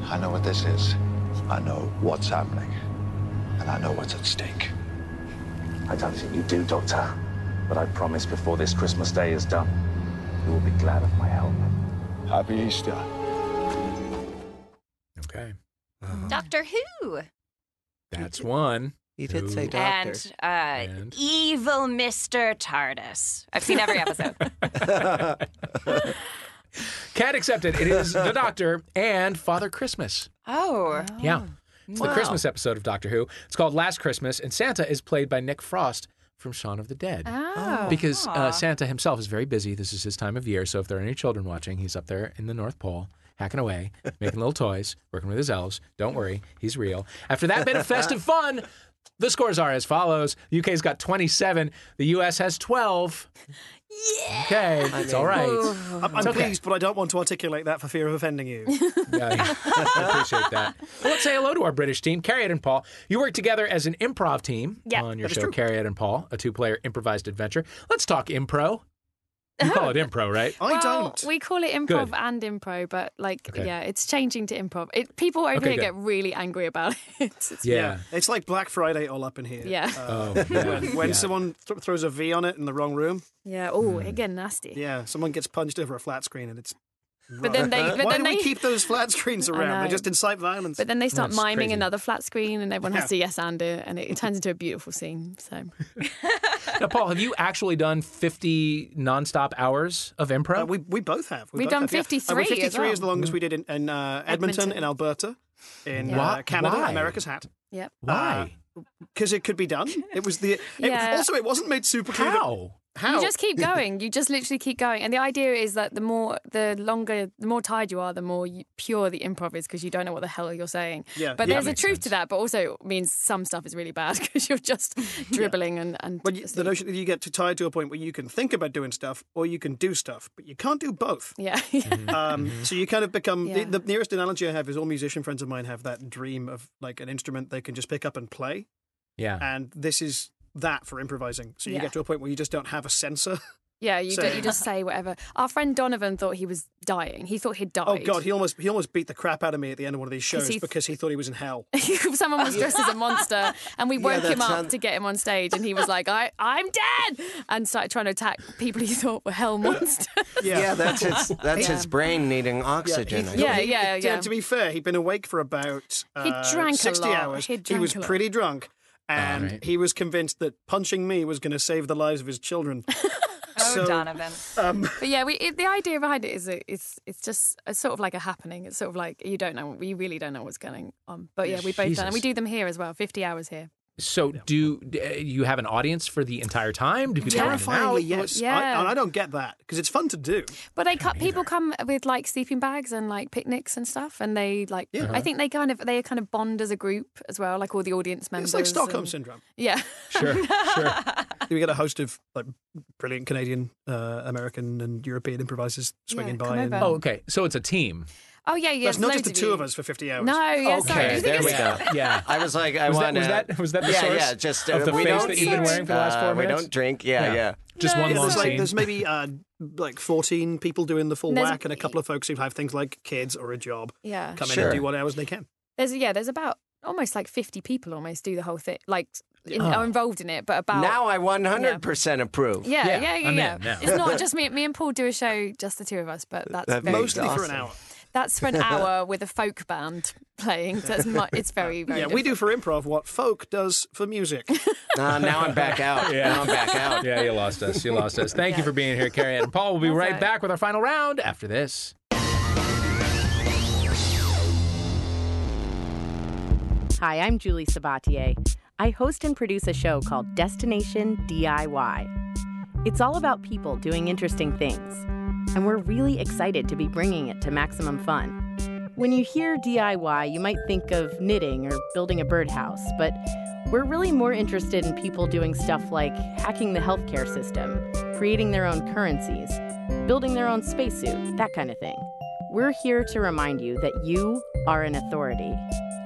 Speaker 13: I know what this is. I know what's happening. And I know what's at stake.
Speaker 14: I don't think you do, Doctor. But I promise before this Christmas day is done, you will be glad of my help.
Speaker 13: Happy Easter.
Speaker 1: Okay,
Speaker 4: Doctor Who.
Speaker 1: that's one.
Speaker 3: He did say
Speaker 4: And, uh, evil Mr. TARDIS. I've seen every episode.
Speaker 1: Can't accept it. It is The Doctor and Father Christmas.
Speaker 4: oh.
Speaker 1: Yeah. It's the
Speaker 4: Wow.
Speaker 1: Christmas episode of Doctor Who. It's called Last Christmas, and Santa is played by Nick Frost from Shaun of the Dead.
Speaker 4: Oh.
Speaker 1: Because
Speaker 4: Aw.
Speaker 1: uh, Santa himself is very busy. This is his time of year. So if there are any children watching, he's up there in the North Pole. Hacking away, making little toys, working with his elves. Don't worry, he's real. After that bit of festive fun, the scores are as follows: UK's got 27, the US has 12. Yeah. Okay, it's all right.
Speaker 5: I'm, I'm
Speaker 1: It's okay.
Speaker 5: pleased, but I don't want to articulate that for fear of offending you.
Speaker 1: Yeah, I appreciate that. Well, let's say hello to our British team, Carriot and Paul. You work together as an improv team
Speaker 6: Yeah,
Speaker 1: on your
Speaker 6: that is
Speaker 1: show,
Speaker 6: true.
Speaker 1: Carriot and Paul, a two-player improvised adventure. Let's talk impro. You call it impro, right?
Speaker 6: well, We call it improv
Speaker 1: Good.
Speaker 6: and impro, but like,
Speaker 1: Okay.
Speaker 6: yeah, it's changing to improv. It, people over
Speaker 1: Okay,
Speaker 6: here
Speaker 1: good.
Speaker 6: get really angry about it. It's-
Speaker 1: Yeah.
Speaker 5: It's like Black Friday all up in here. Uh,
Speaker 6: Yeah.
Speaker 1: Oh,
Speaker 5: when
Speaker 1: yeah,
Speaker 5: when
Speaker 1: yeah.
Speaker 5: someone th- throws a V on it in the wrong room,
Speaker 6: Yeah. Oh,
Speaker 1: Hmm.
Speaker 6: again, nasty.
Speaker 5: yeah, someone gets punched over a flat screen and it's.
Speaker 6: But then they-
Speaker 5: rough.
Speaker 6: but
Speaker 5: Why
Speaker 6: then
Speaker 5: do we
Speaker 6: they-
Speaker 5: keep those flat screens
Speaker 6: I
Speaker 5: around? They
Speaker 6: know.
Speaker 5: just incite violence.
Speaker 6: But then they start
Speaker 5: That's
Speaker 6: miming
Speaker 5: crazy.
Speaker 6: another flat screen, and everyone
Speaker 5: Yeah.
Speaker 6: has to yes and it, and it turns into a beautiful scene. So
Speaker 1: Now, Paul, have you actually done 50 nonstop hours of impro?
Speaker 5: Uh, we, we both have. We
Speaker 6: We've
Speaker 5: both
Speaker 6: done
Speaker 5: have, yeah.
Speaker 6: 53
Speaker 5: Uh, well,
Speaker 6: as
Speaker 5: 53 is the
Speaker 6: well. Mm.
Speaker 5: longest we did in, in uh, Edmonton,
Speaker 6: Edmonton.
Speaker 5: in Alberta, in
Speaker 6: Yeah.
Speaker 5: uh,
Speaker 1: Wha-
Speaker 5: Canada,
Speaker 1: why?
Speaker 5: America's hat.
Speaker 6: yep.
Speaker 1: Why?
Speaker 5: Because it could be done. It was the. It,
Speaker 6: Yeah.
Speaker 5: Also, it wasn't made super clear. that-
Speaker 1: How?
Speaker 5: How?
Speaker 6: You just keep going. You just literally keep going. And the idea is that the more, the longer, the more tired you are, the more you, pure the improv is because you don't know what the hell you're saying.
Speaker 5: Yeah.
Speaker 6: But
Speaker 5: Yeah,
Speaker 6: there's
Speaker 5: that
Speaker 6: a
Speaker 5: makes
Speaker 6: truth to that, but also it means some stuff is really bad because you're just dribbling and, and
Speaker 5: But you, the notion that you get too tired to a point where you can think about doing stuff or you can do stuff, but you can't do both.
Speaker 6: yeah. yeah.
Speaker 5: Um, so you kind of become
Speaker 6: Yeah.
Speaker 5: the, the nearest analogy I have is all musician friends of mine have that dream of like an instrument they can just pick up and play,
Speaker 1: Yeah.
Speaker 5: and this is that for improvising. So you
Speaker 6: Yeah.
Speaker 5: get to a point where you just don't have a sensor.
Speaker 6: Yeah, you,
Speaker 5: So-
Speaker 6: do, you just say whatever. Our friend Donovan thought he was dying. He thought he'd died.
Speaker 5: Oh God, he almost he almost beat the crap out of me at the end of one of these
Speaker 6: 'Cause
Speaker 5: shows
Speaker 6: he-
Speaker 5: because he thought he was in hell.
Speaker 6: Someone was dressed as a monster, and we
Speaker 3: Yeah,
Speaker 6: woke
Speaker 3: that
Speaker 6: him up
Speaker 3: sound-
Speaker 6: to get him on stage, and he was like, I, "I'm dead," and started trying to attack people he thought were hell monsters.
Speaker 3: Yeah, that's his that's
Speaker 6: Yeah.
Speaker 3: his brain needing oxygen.
Speaker 5: he-
Speaker 3: I
Speaker 6: Yeah,
Speaker 5: he-
Speaker 6: yeah,
Speaker 5: to-
Speaker 6: yeah.
Speaker 5: To be fair, he'd been awake for about
Speaker 6: He
Speaker 5: uh,
Speaker 6: drank a
Speaker 5: sixty
Speaker 6: lot.
Speaker 5: hours.
Speaker 6: He
Speaker 5: he
Speaker 6: drank
Speaker 5: was
Speaker 6: a lot.
Speaker 5: pretty drunk, and
Speaker 1: right.
Speaker 5: he was convinced that punching me was going to save the lives of his children.
Speaker 4: Oh,
Speaker 5: So-
Speaker 4: Donovan.
Speaker 5: Um,
Speaker 6: But yeah, we, it, the idea behind it is that it's it's just it's sort of like a happening. It's sort of like you don't know, we really don't know what's going on. But yeah, we both done, and we
Speaker 1: Jesus.
Speaker 6: do them here as well. Fifty hours here.
Speaker 1: So do d- uh, you have an audience for the entire time? Do people come in and
Speaker 5: Terrifyingly,
Speaker 1: out?
Speaker 5: yes.
Speaker 6: Yeah.
Speaker 5: I, and I don't get that because it's fun to do.
Speaker 6: But they cut people come with like sleeping bags and like picnics and stuff, and they like.
Speaker 5: Yeah.
Speaker 6: I think they kind of they kind of bond as a group as well, like all the audience members.
Speaker 5: It's like Stockholm
Speaker 6: and-
Speaker 5: syndrome.
Speaker 6: Yeah.
Speaker 5: we get a host of like brilliant Canadian, uh, American, and European improvisers swinging
Speaker 6: come
Speaker 5: by. And,
Speaker 6: over.
Speaker 1: Oh, okay. So it's a team.
Speaker 6: Oh yeah, yeah.
Speaker 5: That's not
Speaker 6: there's
Speaker 5: just the
Speaker 6: loads
Speaker 5: two
Speaker 6: you.
Speaker 5: of us for 50 hours.
Speaker 6: No, yeah,
Speaker 3: okay,
Speaker 6: sorry. Do you think
Speaker 3: there
Speaker 6: it's-
Speaker 3: we go.
Speaker 1: Yeah.
Speaker 3: I was like, I
Speaker 1: Was that-
Speaker 3: want to.
Speaker 1: was that- was that the
Speaker 3: yeah,
Speaker 1: source
Speaker 3: yeah, just
Speaker 1: of
Speaker 3: uh,
Speaker 1: the
Speaker 3: we
Speaker 1: face
Speaker 3: don't
Speaker 1: that you've been
Speaker 3: drink,
Speaker 1: wearing for the last four
Speaker 3: uh,
Speaker 1: minutes?
Speaker 3: We don't drink. Yeah,
Speaker 1: Yeah.
Speaker 3: yeah.
Speaker 1: Just one
Speaker 5: Yeah,
Speaker 1: long
Speaker 5: there's, like,
Speaker 1: scene.
Speaker 5: there's maybe uh, like 14 people doing the full
Speaker 6: There's a-
Speaker 5: whack, and a couple of folks who have things like kids or a job
Speaker 6: Yeah.
Speaker 5: come in
Speaker 3: Sure.
Speaker 5: and do what hours they can.
Speaker 6: There's yeah, there's about almost like 50 people almost do the whole thing, like in,
Speaker 3: Oh.
Speaker 5: Ah.
Speaker 6: are involved in it, but about
Speaker 3: Now I 100% approve.
Speaker 6: Yeah, yeah, yeah, yeah.
Speaker 3: I'm
Speaker 6: yeah.
Speaker 3: in now.
Speaker 6: It's not just me. Me and Paul do a show, just the two of us, but that's
Speaker 3: That'd be
Speaker 6: very
Speaker 5: Uh, Mostly for an
Speaker 6: different.
Speaker 5: hour.
Speaker 6: That's for an hour with a folk band playing. So it's, mu- it's very, very.
Speaker 5: yeah, we do for improv what folk does for music.
Speaker 3: Uh, now I'm back out.
Speaker 1: Yeah.
Speaker 3: Now I'm back out.
Speaker 1: Yeah, you lost us. You lost us. Thank you for being here, Carrie Ann and Paul. We'll be right back with our final round after this.
Speaker 15: Hi, I'm Julie Sabatier. I host and produce a show called Destination DIY. It's all about people doing interesting things, and we're really excited to be bringing it to maximum fun. When you hear DIY, you might think of knitting or building a birdhouse, but we're really more interested in people doing stuff like hacking the healthcare system, creating their own currencies, building their own spacesuit, that kind of thing. We're here to remind you that you are an authority.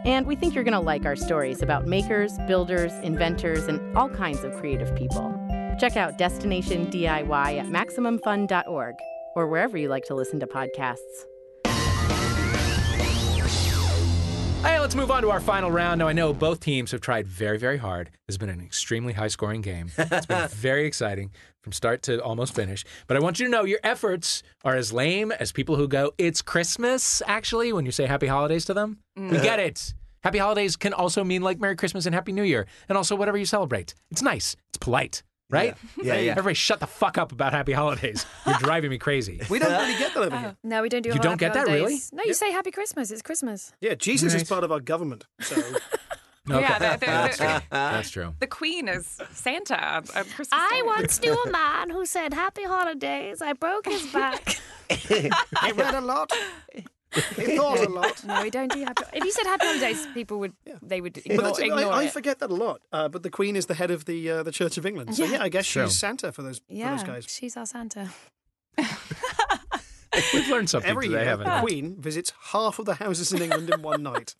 Speaker 15: And we think you're going to like our stories about makers, builders, inventors, and all kinds of creative people. Check out Destination DIY at MaximumFun.org or wherever you like to listen to podcasts.
Speaker 1: Hey, let's move on to our final round. Now, I know both teams have tried very, very hard. This has been an extremely high scoring game. It's been very exciting from start to almost finish. But I want you to know your efforts are as lame as people who go, It's Christmas, actually, when you say happy holidays to them. We
Speaker 10: Mm.
Speaker 1: get it. Happy holidays can also mean like Merry Christmas and Happy New Year, and also whatever you celebrate. It's nice, it's polite, right?
Speaker 3: Yeah. Yeah, yeah.
Speaker 1: Everybody shut the fuck up about happy holidays. You're driving me crazy.
Speaker 5: We don't really get that over here.
Speaker 6: No, we don't do.
Speaker 1: You
Speaker 6: whole
Speaker 1: don't get
Speaker 6: happy
Speaker 1: that, really?
Speaker 6: holidays. No, you say Happy Christmas. It's Christmas.
Speaker 5: Yeah, Jesus
Speaker 1: Right.
Speaker 5: is part of our government. So
Speaker 1: Okay.
Speaker 4: Yeah, they're- they're-
Speaker 1: that's,
Speaker 4: they're-
Speaker 1: true. that's true.
Speaker 4: The Queen is Santa on on Christmas.
Speaker 12: I
Speaker 4: Day.
Speaker 12: once knew a man who said happy holidays. I broke his back.
Speaker 5: I read a lot. It thought a lot.
Speaker 6: No, we don't do happy. If you said happy holidays, people would they would
Speaker 5: But
Speaker 6: ignore,
Speaker 5: that's-
Speaker 6: ignore
Speaker 5: I, I
Speaker 6: it.
Speaker 5: forget that a lot. Uh, but the Queen is the head of the uh, the Church of England. So
Speaker 6: Yeah.
Speaker 5: yeah, I guess
Speaker 1: True.
Speaker 5: she's Santa for those, for those
Speaker 6: yeah,
Speaker 5: guys.
Speaker 6: she's our Santa.
Speaker 1: We've learned something
Speaker 5: Every
Speaker 1: today,
Speaker 5: year,
Speaker 1: haven't
Speaker 5: the
Speaker 1: we?
Speaker 5: Queen visits half of the houses in England in one night.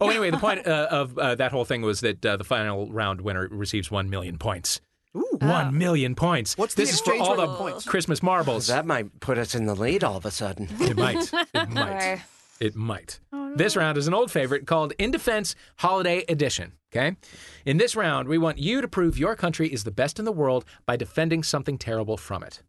Speaker 1: Oh, anyway, the point uh, of uh, that whole thing was that uh, the final round winner receives one million points.
Speaker 5: Ooh.
Speaker 1: One million points.
Speaker 5: What's the
Speaker 1: this is for
Speaker 5: exchange
Speaker 1: all
Speaker 5: rate
Speaker 1: the
Speaker 5: of points?
Speaker 1: Christmas marbles.
Speaker 3: That might put us in the lead all of a sudden.
Speaker 1: It might. It might. It might. This round is an old favorite called In Defense Holiday Edition. Okay? In this round, we want you to prove your country is the best in the world by defending something terrible from it.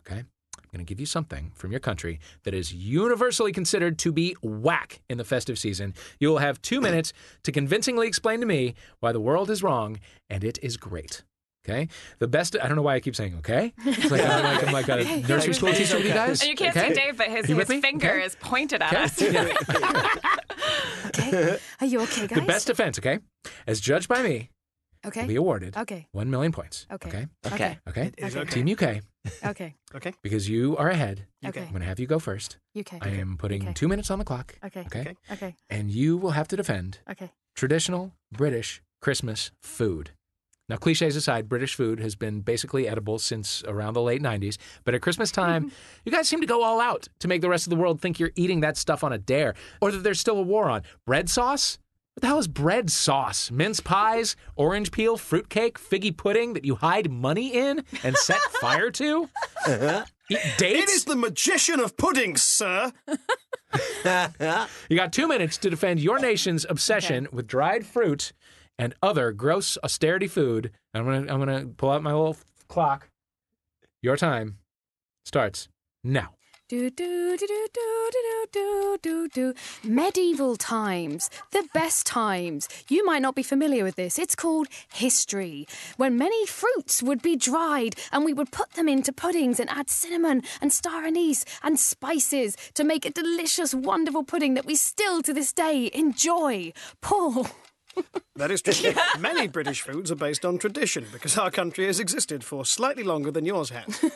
Speaker 1: Okay? I'm going to give you something from your country that is universally considered to be whack in the festive season. You will have two minutes to convincingly explain to me why the world is wrong and it is great. Okay? The best, I don't know why I keep saying okay. It's like, I'm like, I'm like a nursery school teacher with you guys.
Speaker 4: And you can't
Speaker 1: okay?
Speaker 4: see Dave, but his,
Speaker 1: You
Speaker 4: his
Speaker 1: with me?
Speaker 4: finger
Speaker 1: Okay?
Speaker 4: is pointed at
Speaker 1: Okay?
Speaker 4: us.
Speaker 1: Yeah.
Speaker 6: Are you okay, guys?
Speaker 1: The best defense, okay? As judged by me,
Speaker 6: Okay.
Speaker 1: will be awarded
Speaker 6: Okay.
Speaker 1: 1 million points.
Speaker 6: Okay.
Speaker 1: Okay.
Speaker 6: Okay.
Speaker 1: Okay.
Speaker 6: It is okay.
Speaker 1: Team UK,
Speaker 6: Okay.
Speaker 5: Okay.
Speaker 1: because you are ahead.
Speaker 6: Okay.
Speaker 1: I'm going to have you go first.
Speaker 6: UK.
Speaker 1: I am putting
Speaker 6: Okay.
Speaker 1: two minutes on the clock.
Speaker 6: Okay.
Speaker 1: Okay.
Speaker 6: Okay.
Speaker 1: And you will have to defend
Speaker 6: Okay.
Speaker 1: traditional British Christmas food. Now, cliches aside, British food has been basically edible since around the late 90s. But at Christmas time, you guys seem to go all out to make the rest of the world think you're eating that stuff on a dare or that there's still a war on. Bread sauce? What the hell is bread sauce? Mince pies, orange peel, fruitcake, figgy pudding that you hide money in and set fire to? Eat dates?
Speaker 5: Uh-huh. It is the magician of puddings, sir.
Speaker 1: you got two minutes to defend your nation's obsession with dried fruit and other gross austerity food. I'm gonna I'm gonna pull out my little clock. Your time starts now.
Speaker 6: Do do do do do do do do do. Medieval times, the best times. You might not be familiar with this. It's called history. When many fruits would be dried and we would put them into puddings and add cinnamon and star anise and spices to make a delicious, wonderful pudding that we still to this day enjoy. Paul.
Speaker 5: That is true. Many British foods are based on tradition because our country has existed for slightly longer than yours has.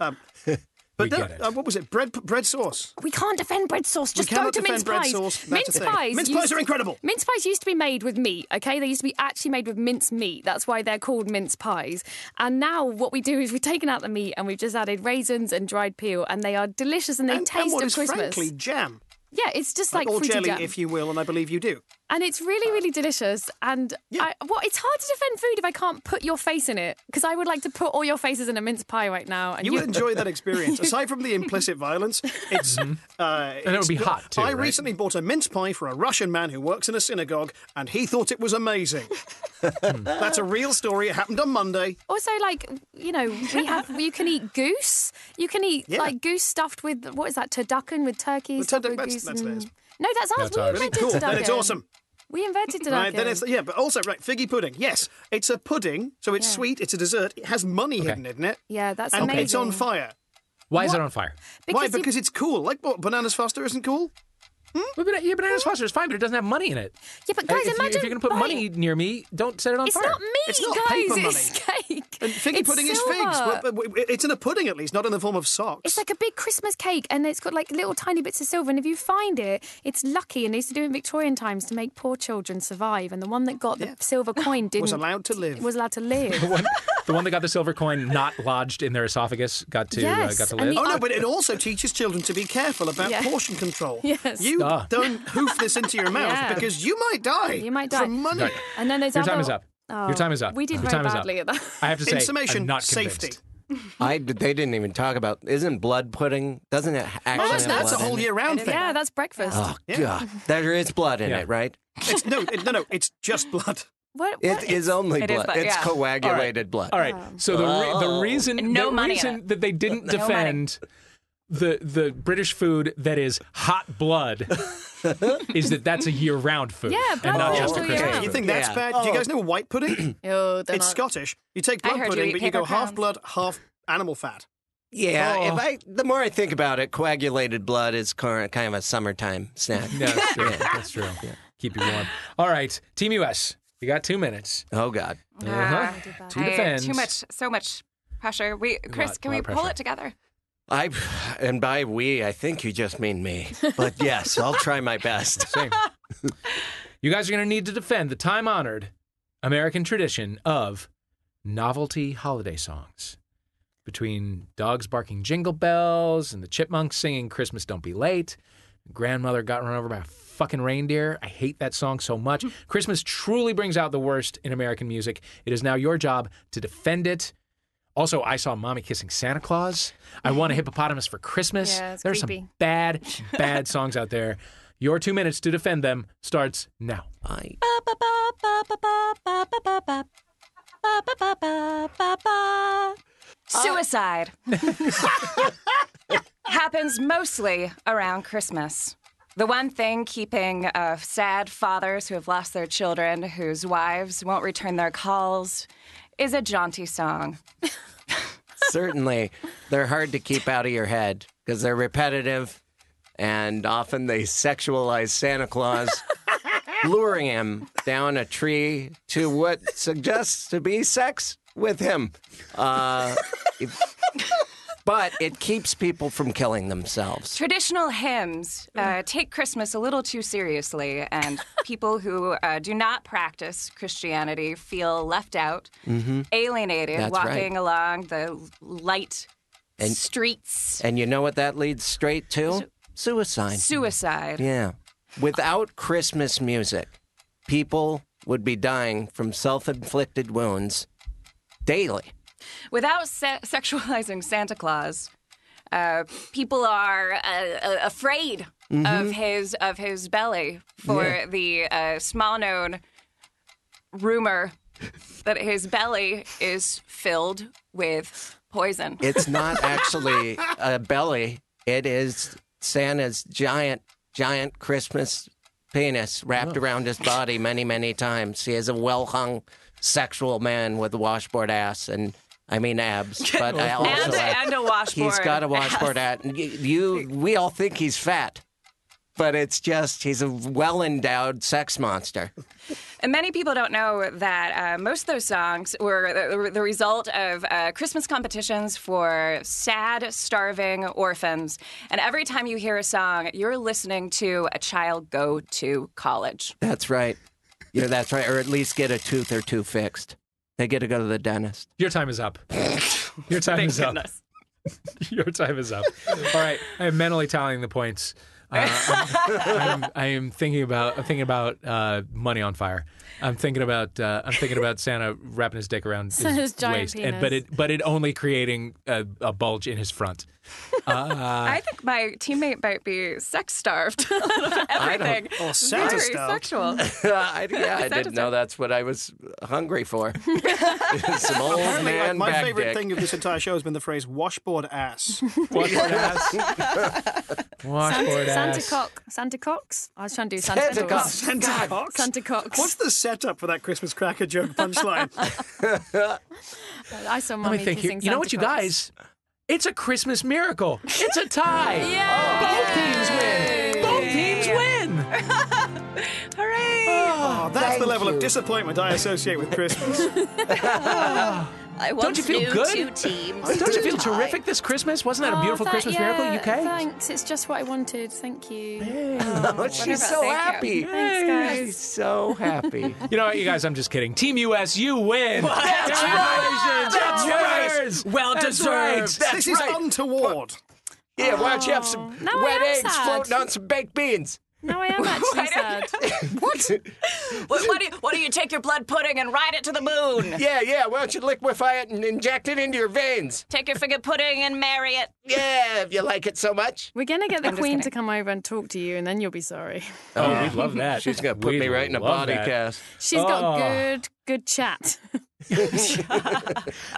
Speaker 5: Um, but
Speaker 10: We
Speaker 5: no-
Speaker 10: get it.
Speaker 5: uh, what was it? Bread, bread sauce.
Speaker 6: We can't defend bread sauce.
Speaker 5: We
Speaker 6: Just go
Speaker 5: cannot
Speaker 6: to
Speaker 5: defend
Speaker 6: mince
Speaker 5: bread
Speaker 6: pies.
Speaker 5: sauce. That's
Speaker 6: Mince
Speaker 5: a thing.
Speaker 6: pies.
Speaker 5: Mince pies
Speaker 6: used-
Speaker 5: are incredible.
Speaker 6: Mince pies used to be made with meat. Okay, they used to be actually made with minced meat. That's why they're called mince pies. And now what we do is we've taken out the meat and we've just added raisins and dried peel, and they are delicious and they
Speaker 5: and,
Speaker 6: taste
Speaker 5: and what
Speaker 6: of
Speaker 5: is
Speaker 6: Christmas.
Speaker 5: frankly jam.
Speaker 6: yeah, it's just like
Speaker 5: or
Speaker 6: fruity
Speaker 5: jelly,
Speaker 6: jam.
Speaker 5: if you will, and I believe you do.
Speaker 6: And it's really, really delicious. And I, well, it's hard to defend food if I can't put your face in it because I would like to put all your faces in a mince pie right now. And
Speaker 5: You would enjoy that experience. Aside from the implicit violence, it's. Uh,
Speaker 1: Mm-hmm. And it would
Speaker 5: it's
Speaker 1: be
Speaker 5: not-
Speaker 1: hot too,
Speaker 5: I
Speaker 1: right?
Speaker 5: recently bought a mince pie for a Russian man who works in a synagogue, and he thought it was amazing.
Speaker 1: Hmm.
Speaker 5: That's a real story. It happened on Monday.
Speaker 6: Also, like you know, we have you can eat goose. You can eat like goose stuffed with what is that turducken with turkey?
Speaker 5: Well,
Speaker 6: stuffed
Speaker 5: turducken-
Speaker 6: with
Speaker 5: that's-
Speaker 6: goose
Speaker 5: that's
Speaker 6: and-
Speaker 5: theirs.
Speaker 6: No, that's ours. we
Speaker 5: Really
Speaker 6: invented
Speaker 5: cool.
Speaker 6: turducken.
Speaker 5: Then it's awesome.
Speaker 6: We invented turducken.
Speaker 5: Right, then it's yeah, but also right, figgy pudding. Yes, it's a pudding, so it's
Speaker 6: Yeah.
Speaker 5: sweet. It's a dessert. It has money hidden in it.
Speaker 6: yeah, that's
Speaker 5: and
Speaker 6: amazing.
Speaker 5: it's on fire.
Speaker 1: Why is
Speaker 5: What?
Speaker 1: it on fire?
Speaker 5: Why?
Speaker 6: Because you-
Speaker 5: Because it's cool. Like what? Bananas Foster isn't cool.
Speaker 1: Well, but- yeah, bananas foster is fine, but it doesn't have money in it.
Speaker 6: Yeah, but
Speaker 1: Uh,
Speaker 6: guys,
Speaker 1: if, you,
Speaker 6: imagine
Speaker 1: if you're going to put money near me, don't set it on
Speaker 6: It's
Speaker 1: fire.
Speaker 6: not me, guys. It's cake.
Speaker 5: And figgy
Speaker 6: It's
Speaker 5: pudding
Speaker 6: silver.
Speaker 5: is figs. Well, but w- w- It's in a pudding at least, not in the form of socks.
Speaker 6: It's like a big Christmas cake, and it's got like little tiny bits of silver. And if you find it, it's lucky. And they used to do it in Victorian times to make poor children survive. And the one that got the silver coin didn't
Speaker 5: allowed to live.
Speaker 6: Was allowed to live.
Speaker 1: The one, the one that got the silver coin not lodged in their esophagus got to
Speaker 6: Yes,
Speaker 1: uh, got to live.
Speaker 6: and the
Speaker 5: Oh no, but it also teaches children to be careful about
Speaker 6: Yeah.
Speaker 5: portion control.
Speaker 6: Yes.
Speaker 5: You
Speaker 1: Ah.
Speaker 5: don't hoof this into your mouth
Speaker 6: Yeah.
Speaker 5: because you might die.
Speaker 6: You might die.
Speaker 5: From money.
Speaker 1: Right.
Speaker 6: And then there's
Speaker 1: Your
Speaker 6: other... Oh,
Speaker 1: time is up. Your time is up.
Speaker 6: We did
Speaker 1: Your
Speaker 6: very
Speaker 1: time is up.
Speaker 6: badly at that.
Speaker 1: I have to say,
Speaker 5: In summation,
Speaker 1: I'm not convinced.
Speaker 5: safety.
Speaker 3: I they didn't even talk about. Isn't blood pudding? Doesn't it actually?
Speaker 5: Oh, that's,
Speaker 3: have
Speaker 5: that's a
Speaker 3: blood
Speaker 5: whole
Speaker 3: in it?
Speaker 5: year-round thing.
Speaker 6: Yeah, that's breakfast.
Speaker 1: Ah.
Speaker 3: Oh
Speaker 5: Yeah.
Speaker 3: god, there is blood in
Speaker 1: Yeah.
Speaker 3: it, right?
Speaker 5: It's, no, it, no, no. It's just blood.
Speaker 6: What?
Speaker 3: It is only
Speaker 5: It is
Speaker 3: blood.
Speaker 5: blood,
Speaker 3: It's
Speaker 5: yeah.
Speaker 3: coagulated blood.
Speaker 1: All right. So the re- the
Speaker 3: Oh.
Speaker 1: reason
Speaker 4: No
Speaker 1: the
Speaker 4: money in
Speaker 1: reason
Speaker 4: it.
Speaker 1: that they didn't
Speaker 4: No money.
Speaker 1: defend the the British food that is hot blood is that that's a year round food
Speaker 6: Yeah, blood
Speaker 1: and not
Speaker 6: is
Speaker 1: just a
Speaker 6: all year
Speaker 1: Christmas.
Speaker 6: round.
Speaker 1: food.
Speaker 5: You think that's
Speaker 3: Yeah.
Speaker 5: bad? Do you guys know white pudding?
Speaker 6: Oh,
Speaker 5: it's Scottish. You take
Speaker 4: I
Speaker 5: blood
Speaker 4: heard you
Speaker 5: pudding,
Speaker 4: eat
Speaker 5: but you
Speaker 4: paper
Speaker 5: go half
Speaker 4: crowns.
Speaker 5: blood, half animal fat.
Speaker 3: Yeah,
Speaker 5: Oh.
Speaker 3: if I the more I think about it, coagulated blood is cor- kind of a summertime snack.
Speaker 1: No, that's true. That's true. Keep you warm. All right, Team US. You got two minutes.
Speaker 3: Oh God.
Speaker 1: Uh-huh. Two
Speaker 4: Uh, I-
Speaker 1: defends.
Speaker 4: Too much, so much pressure. We, Chris,
Speaker 3: lot-
Speaker 4: can
Speaker 3: lot
Speaker 4: we
Speaker 3: of
Speaker 4: pull
Speaker 3: pressure.
Speaker 4: it together?
Speaker 3: I and by we, I think you just mean me. But yes, I'll try my best.
Speaker 1: Same. You guys are going to need to defend the time honored American tradition of novelty holiday songs. Between dogs barking jingle bells and the chipmunks singing Christmas Don't Be Late, grandmother got run over by a fucking reindeer. I hate that song so
Speaker 6: Hmm.
Speaker 1: much. Christmas truly brings out the worst in American music. It is now your job to defend it. Also, I saw mommy kissing Santa Claus. I want a hippopotamus for Christmas.
Speaker 6: Yeah, it's
Speaker 1: There's
Speaker 6: creepy.
Speaker 1: some bad, bad songs out there. Your two minutes to defend them starts now.
Speaker 3: I
Speaker 4: Suicide happens mostly around Christmas. The one thing keeping uh, sad fathers who have lost their children, whose wives won't return their calls, is a jaunty song.
Speaker 3: certainly they're hard to keep out of your head because they're repetitive and often they sexualize Santa Claus, luring him down a tree to what suggests to be sex with him. Uh, if- but it keeps people from killing themselves.
Speaker 4: Traditional hymns uh, take Christmas a little too seriously, and people who uh, do not practice Christianity feel left out,
Speaker 3: Mm-hmm.
Speaker 4: alienated,
Speaker 3: That's right.
Speaker 4: walking along the light
Speaker 3: And-
Speaker 4: streets.
Speaker 3: And you know what that leads straight to? Suicide.
Speaker 4: Suicide.
Speaker 3: Yeah. Without Christmas music, people would be dying from self inflicted wounds daily.
Speaker 4: Without se- sexualizing Santa Claus, uh, people are uh, uh, afraid of
Speaker 3: Mhm.
Speaker 4: his of his belly for
Speaker 3: Yeah.
Speaker 4: the uh, small known rumor that his belly is filled with poison.
Speaker 3: It's not actually a belly, it is Santa's giant, giant Christmas penis wrapped around his body many, many times. He is a well hung sexual man with a washboard ass and. I mean abs, but I also
Speaker 4: and, a- and a washboard.
Speaker 3: He's got a washboard at. You, we all think he's fat, but it's just he's a well endowed sex monster.
Speaker 4: And many people don't know that uh, most of those songs were the, the result of uh, Christmas competitions for sad, starving orphans. And every time you hear a song, you're listening to a child go to college.
Speaker 3: That's right. Yeah, that's right. Or at least get a tooth or two fixed. They get to go to the dentist.
Speaker 1: Your time is up. Your time is up. Your time is up. All right, I am mentally tallying the points. Uh, I'm, I'm, I am thinking about I'm thinking about uh, money on fire. I'm thinking about uh, I'm thinking about Santa wrapping his dick around his
Speaker 6: Santa's giant
Speaker 1: waist, and but
Speaker 6: penis.
Speaker 1: it but it only creating a, a bulge in his front. Uh, Oh,
Speaker 4: I think my teammate might be sex starved. Everything.
Speaker 3: Oh,
Speaker 4: Very
Speaker 3: Santa's starved.
Speaker 4: sexual.
Speaker 3: I, yeah, I
Speaker 4: Santa's
Speaker 3: didn't know that's what I was hungry for. Some old
Speaker 5: Apparently, like,
Speaker 3: man
Speaker 5: my
Speaker 3: back
Speaker 5: favorite
Speaker 3: dick.
Speaker 5: thing of this entire show has been the phrase washboard ass.
Speaker 1: washboard ass.
Speaker 6: Santa, Santa cock, Santa cocks. I was trying to do Santa,
Speaker 5: Santa
Speaker 6: cocks.
Speaker 5: cocks. Santa
Speaker 6: God.
Speaker 5: cocks.
Speaker 6: Santa cocks.
Speaker 5: What's the setup for that Christmas cracker joke punchline?
Speaker 6: I saw
Speaker 1: Let me
Speaker 6: mommy
Speaker 1: think.
Speaker 6: kissing
Speaker 1: Here. You know what, you guys? It's a Christmas miracle. It's a tie. Both teams win. Both teams win.
Speaker 4: Hooray!
Speaker 5: Oh, that's the
Speaker 4: Thank
Speaker 5: level
Speaker 4: you.
Speaker 5: of disappointment I associate with Christmas.
Speaker 4: I
Speaker 1: Don't you feel good? Don't you feel terrific this Christmas? Wasn't
Speaker 10: Oh,
Speaker 1: that a beautiful Christmas miracle, UK?
Speaker 6: Oh, Thanks. It's just what I wanted. Thank you.
Speaker 3: Oh, she's so happy.
Speaker 6: Thanks, guys.
Speaker 3: She's so happy.
Speaker 1: You know what, you guys? I'm just kidding. Team US, you win.
Speaker 10: That's right.
Speaker 1: Congratulations,
Speaker 10: That's
Speaker 1: you're
Speaker 10: right.
Speaker 1: winners.
Speaker 10: Well
Speaker 1: That's
Speaker 10: deserved.
Speaker 1: right.
Speaker 5: this
Speaker 1: That's
Speaker 5: is
Speaker 1: right.
Speaker 5: untoward.
Speaker 3: Yeah, why don't you have some
Speaker 6: now I
Speaker 3: wet
Speaker 6: am
Speaker 3: eggs
Speaker 6: sad.
Speaker 3: floating on some baked beans?
Speaker 6: No, I am actually sad.
Speaker 3: What?
Speaker 4: What, what, do you, what do you take your blood pudding and ride it to the moon?
Speaker 3: yeah, yeah. Why don't you liquefy it and inject it into your veins?
Speaker 4: Take your figure pudding and marry it.
Speaker 3: Yeah, if you like it so much.
Speaker 6: We're gonna get the
Speaker 4: I'm just
Speaker 6: Queen
Speaker 4: kidding.
Speaker 6: to come over and talk to you, and then you'll be sorry.
Speaker 1: Oh, we'd love that.
Speaker 3: She's gonna put
Speaker 1: We'd
Speaker 3: me right in a
Speaker 1: love
Speaker 3: body
Speaker 1: that.
Speaker 3: cast.
Speaker 6: She's got
Speaker 1: Oh.
Speaker 6: good, good chat.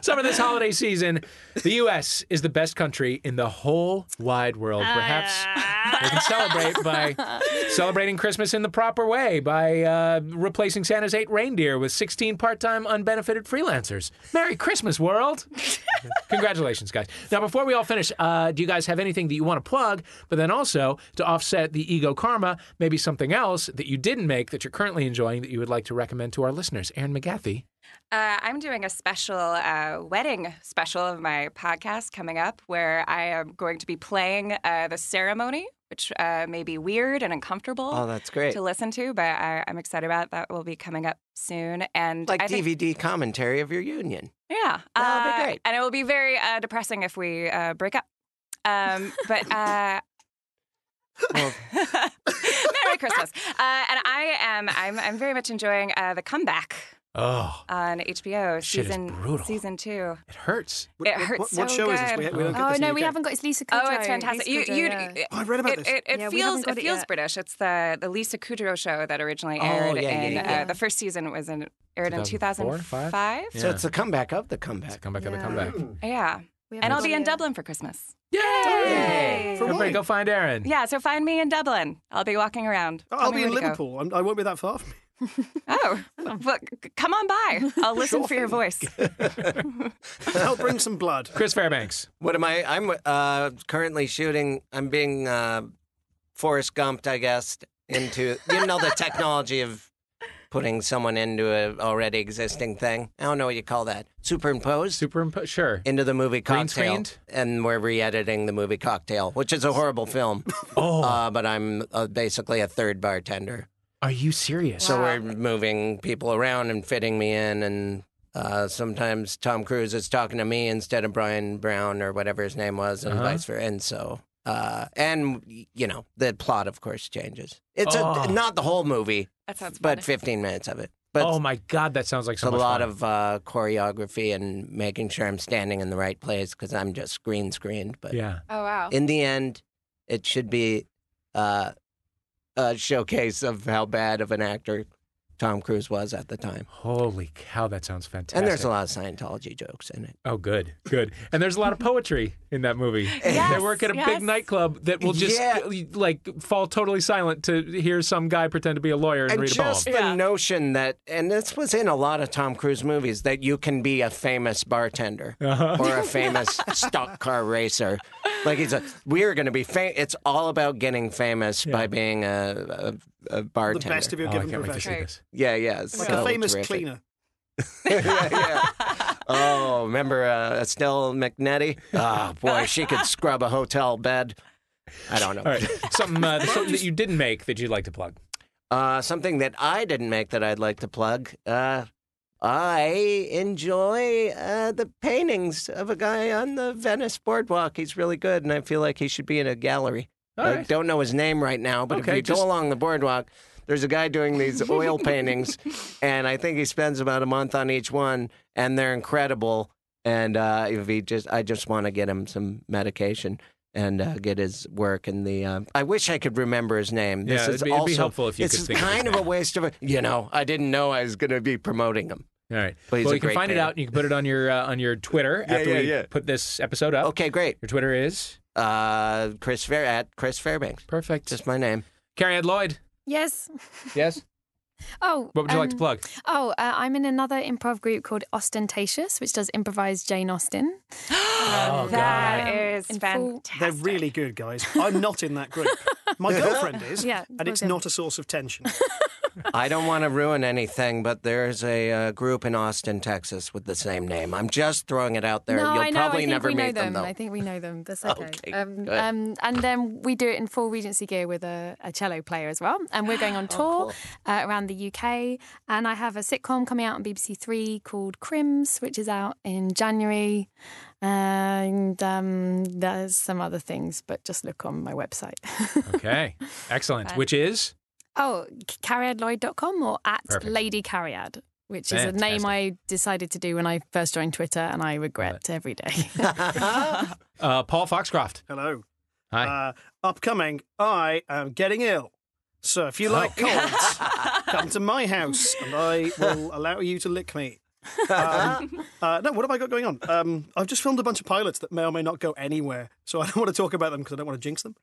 Speaker 1: Summer this holiday season, the U.S. is the best country in the whole wide world. Perhaps we can celebrate by celebrating Christmas in the proper way by uh, replacing Santa's eight reindeer with 16 part-time unbenefited freelancers. Merry Christmas, world! Congratulations, guys. Now, before we all finish, uh, do you guys have anything that you want to plug? But then also to offset the ego karma, maybe something else that you didn't make that you're currently enjoying that you would like to recommend to our listeners. Aaron McGathy.
Speaker 4: Uh, I'm doing a special uh, wedding special of my podcast coming up where I am going to be playing uh, the ceremony, which uh, may be weird and uncomfortable.
Speaker 3: Oh, that's great.
Speaker 4: To listen to, but I, I'm excited about it. That will be coming up soon. And
Speaker 3: Like
Speaker 4: I think-
Speaker 3: DVD commentary of your union.
Speaker 4: Yeah.
Speaker 3: That'll be
Speaker 4: uh,
Speaker 3: great.
Speaker 4: And it will be very uh, depressing if we uh, break up. Um, but uh,
Speaker 3: Well,
Speaker 4: Merry Christmas. Uh, and I am, I'm, I'm very much enjoying uh, The Comeback
Speaker 1: Oh,
Speaker 4: on HBO
Speaker 1: Shit is
Speaker 4: season
Speaker 1: brutal.
Speaker 4: season two.
Speaker 1: it hurts.
Speaker 4: It hurts
Speaker 5: what- what
Speaker 4: so
Speaker 5: show
Speaker 4: good.
Speaker 5: is this? We- we don't get
Speaker 6: oh
Speaker 5: this in
Speaker 6: no,
Speaker 5: the
Speaker 6: we
Speaker 5: UK.
Speaker 6: haven't got it's Lisa Kudrow.
Speaker 4: Oh, it's fantastic! You,
Speaker 6: Lisa
Speaker 4: you,
Speaker 6: Kudrow, yeah.
Speaker 5: I Oh, read about
Speaker 4: it,
Speaker 5: this.
Speaker 4: It, it
Speaker 6: Yeah, we
Speaker 4: feels,
Speaker 6: haven't got
Speaker 4: it
Speaker 6: it
Speaker 4: feels
Speaker 6: yet.
Speaker 4: British. It's the, the Lisa Kudrow show that originally
Speaker 3: Oh,
Speaker 4: aired
Speaker 3: yeah, yeah,
Speaker 4: in
Speaker 3: yeah.
Speaker 4: Uh, the first season was in, aired in
Speaker 1: 2004, five?
Speaker 4: 2005.
Speaker 3: So it's the comeback of the comeback.
Speaker 1: Comeback of the
Speaker 6: Yeah.
Speaker 1: comeback.
Speaker 4: Yeah,
Speaker 6: We haven't
Speaker 4: and I'll
Speaker 6: got
Speaker 4: be
Speaker 6: it
Speaker 4: in
Speaker 6: yet.
Speaker 4: Dublin for Christmas.
Speaker 1: Yay!
Speaker 4: Yay!
Speaker 1: Everybody
Speaker 5: what?
Speaker 1: go find Aaron.
Speaker 4: Yeah, so find me in Dublin. I'll be walking around.
Speaker 5: Oh,
Speaker 4: Tell
Speaker 5: I'll
Speaker 4: me
Speaker 5: be
Speaker 4: where
Speaker 5: in
Speaker 4: to go.
Speaker 5: Liverpool. I'm, I won't be that far. from you.
Speaker 4: Oh, well, c- come on by. I'll listen for your voice.
Speaker 5: I'll bring some blood.
Speaker 1: Chris Fairbanks.
Speaker 3: What am I? I'm uh, currently shooting. I'm being uh, Forrest Gumped, I guess, into you know the technology of putting someone into an already existing thing. I don't know what you call that. Superimposed
Speaker 1: Superimpose. Sure.
Speaker 3: into the movie
Speaker 1: Green
Speaker 3: Cocktail,
Speaker 1: screened?
Speaker 3: and we're re-editing the movie Cocktail, which is a horrible film.
Speaker 1: Oh,
Speaker 3: Uh, but I'm uh, basically a third bartender,
Speaker 1: are you serious?
Speaker 3: so we're moving people around and fitting me in and. Uh, sometimes Tom Cruise is talking to me instead of Brian Brown or whatever his name was, and
Speaker 1: Uh-huh.
Speaker 3: vice versa. And so, uh, and y- you know, the plot of course changes. It's
Speaker 1: Oh.
Speaker 3: a, not the whole movie,
Speaker 4: That sounds
Speaker 3: but
Speaker 4: funny.
Speaker 3: 15 minutes of it. But
Speaker 1: oh my God, that sounds like
Speaker 3: it's
Speaker 1: so
Speaker 3: a
Speaker 1: much
Speaker 3: lot
Speaker 1: fun.
Speaker 3: of uh, choreography and making sure I'm standing in the right place because I'm just green screened. But
Speaker 1: Yeah.
Speaker 4: Oh wow.
Speaker 3: in the end, it should be uh, a showcase of how bad of an actor Tom Cruise was at the time.
Speaker 1: Holy cow, that sounds fantastic.
Speaker 3: And there's a lot of Scientology jokes in it.
Speaker 1: Oh, good, good. And there's a lot of poetry in that movie. they
Speaker 4: Yes,
Speaker 1: work at a
Speaker 4: yes.
Speaker 1: big nightclub that will just
Speaker 3: Yeah.
Speaker 1: uh, like fall totally silent to hear some guy pretend to be a lawyer and,
Speaker 3: And
Speaker 1: read a poem.
Speaker 3: just the
Speaker 4: Yeah.
Speaker 3: notion that, and this was in a lot of Tom Cruise movies, that you can be a famous bartender
Speaker 1: Uh-huh.
Speaker 3: or a famous stock car racer Like he's a, we're going to be famous. It's all about getting famous by being a, a, a bartender.
Speaker 5: best of your Oh, I given can't wait to profession. see this.
Speaker 3: Yeah, yeah.
Speaker 5: Like
Speaker 3: so
Speaker 5: a famous
Speaker 3: terrific.
Speaker 5: cleaner.
Speaker 3: Oh, remember uh, Estelle McNetty? Oh boy, she could scrub a hotel bed. I don't know.
Speaker 1: All right. Something, uh, something that you didn't make that you'd like to plug.
Speaker 3: Uh, something that I didn't make that I'd like to plug. Uh, I enjoy uh, the paintings of a guy on the Venice boardwalk. He's really good, and I feel like he should be in a gallery.
Speaker 1: All
Speaker 3: I
Speaker 1: right.
Speaker 3: don't know his name right now, but if
Speaker 1: Okay,
Speaker 3: you
Speaker 1: just-
Speaker 3: go along the boardwalk, there's a guy doing these oil paintings, and I think he spends about a month on each one, and they're incredible. And uh, if he just, I just want to get him some medication and uh, get his work. And the um, I wish I could remember his name.
Speaker 1: Yeah,
Speaker 3: This
Speaker 1: it'd
Speaker 3: is
Speaker 1: be- it'd be
Speaker 3: also
Speaker 1: helpful if you
Speaker 3: it's
Speaker 1: could think of his
Speaker 3: kind of, a waste of a. You know, I didn't know I was going to be promoting him.
Speaker 1: All right,
Speaker 3: but he's
Speaker 1: well,
Speaker 3: a
Speaker 1: you can
Speaker 3: great
Speaker 1: find it
Speaker 3: painter.
Speaker 1: out. and You can put it on your uh, on your Twitter
Speaker 3: Yeah,
Speaker 1: after
Speaker 3: yeah,
Speaker 1: we
Speaker 3: yeah.
Speaker 1: put this episode up.
Speaker 3: Okay, great.
Speaker 1: Your Twitter is
Speaker 3: uh, Chris Fair at Chris Fairbanks.
Speaker 1: Perfect.
Speaker 3: Just my name.
Speaker 1: Carrie Ed Lloyd.
Speaker 6: Yes.
Speaker 1: Yes.
Speaker 6: Oh.
Speaker 1: What would you like to
Speaker 6: um,
Speaker 1: plug?
Speaker 6: Oh, uh, I'm in another improv group called Ostentatious, which does improvised Jane Austen.
Speaker 5: Oh,
Speaker 4: That
Speaker 6: Um,
Speaker 4: is
Speaker 6: in full-
Speaker 4: fantastic.
Speaker 5: They're really good, guys. I'm not in that group. My girlfriend is,
Speaker 6: Yeah,
Speaker 5: and it's
Speaker 6: okay.
Speaker 5: not a source of tension.
Speaker 3: I don't want to ruin anything, but there's a uh, group in Austin, Texas, with the same name. I'm just throwing it out there.
Speaker 6: No,
Speaker 3: You'll
Speaker 6: I know. I
Speaker 3: probably
Speaker 6: think
Speaker 3: never
Speaker 6: we know
Speaker 3: meet them, though.
Speaker 6: I think we know them. That's okay.
Speaker 3: Okay,
Speaker 6: um,
Speaker 3: good.
Speaker 6: um, and then we do it in full Regency gear with a, a cello player as well. And we're going on
Speaker 3: Oh,
Speaker 6: tour uh, around the UK. And I have a sitcom coming out on BBC Three called Crims, which is out in January. And um, there's some other things, but just look on my website.
Speaker 1: Okay, excellent.
Speaker 6: Fine.
Speaker 1: Which is
Speaker 6: oh, carriadlloyd.com or at
Speaker 1: Perfect.
Speaker 6: Lady Carriad. Which is a name
Speaker 1: Fantastic.
Speaker 6: I decided to do when I first joined Twitter, and I regret every day.
Speaker 1: uh, Paul Foxcroft.
Speaker 5: Hello.
Speaker 1: Hi.
Speaker 5: Uh, upcoming, I am getting ill. So if you
Speaker 6: Oh.
Speaker 5: like colds, come to my house and I will allow you to lick me. Um, uh, no, what have I got going on? Um, I've just filmed a bunch of pilots that may or may not go anywhere. So I don't want to talk about them because I don't want to jinx them.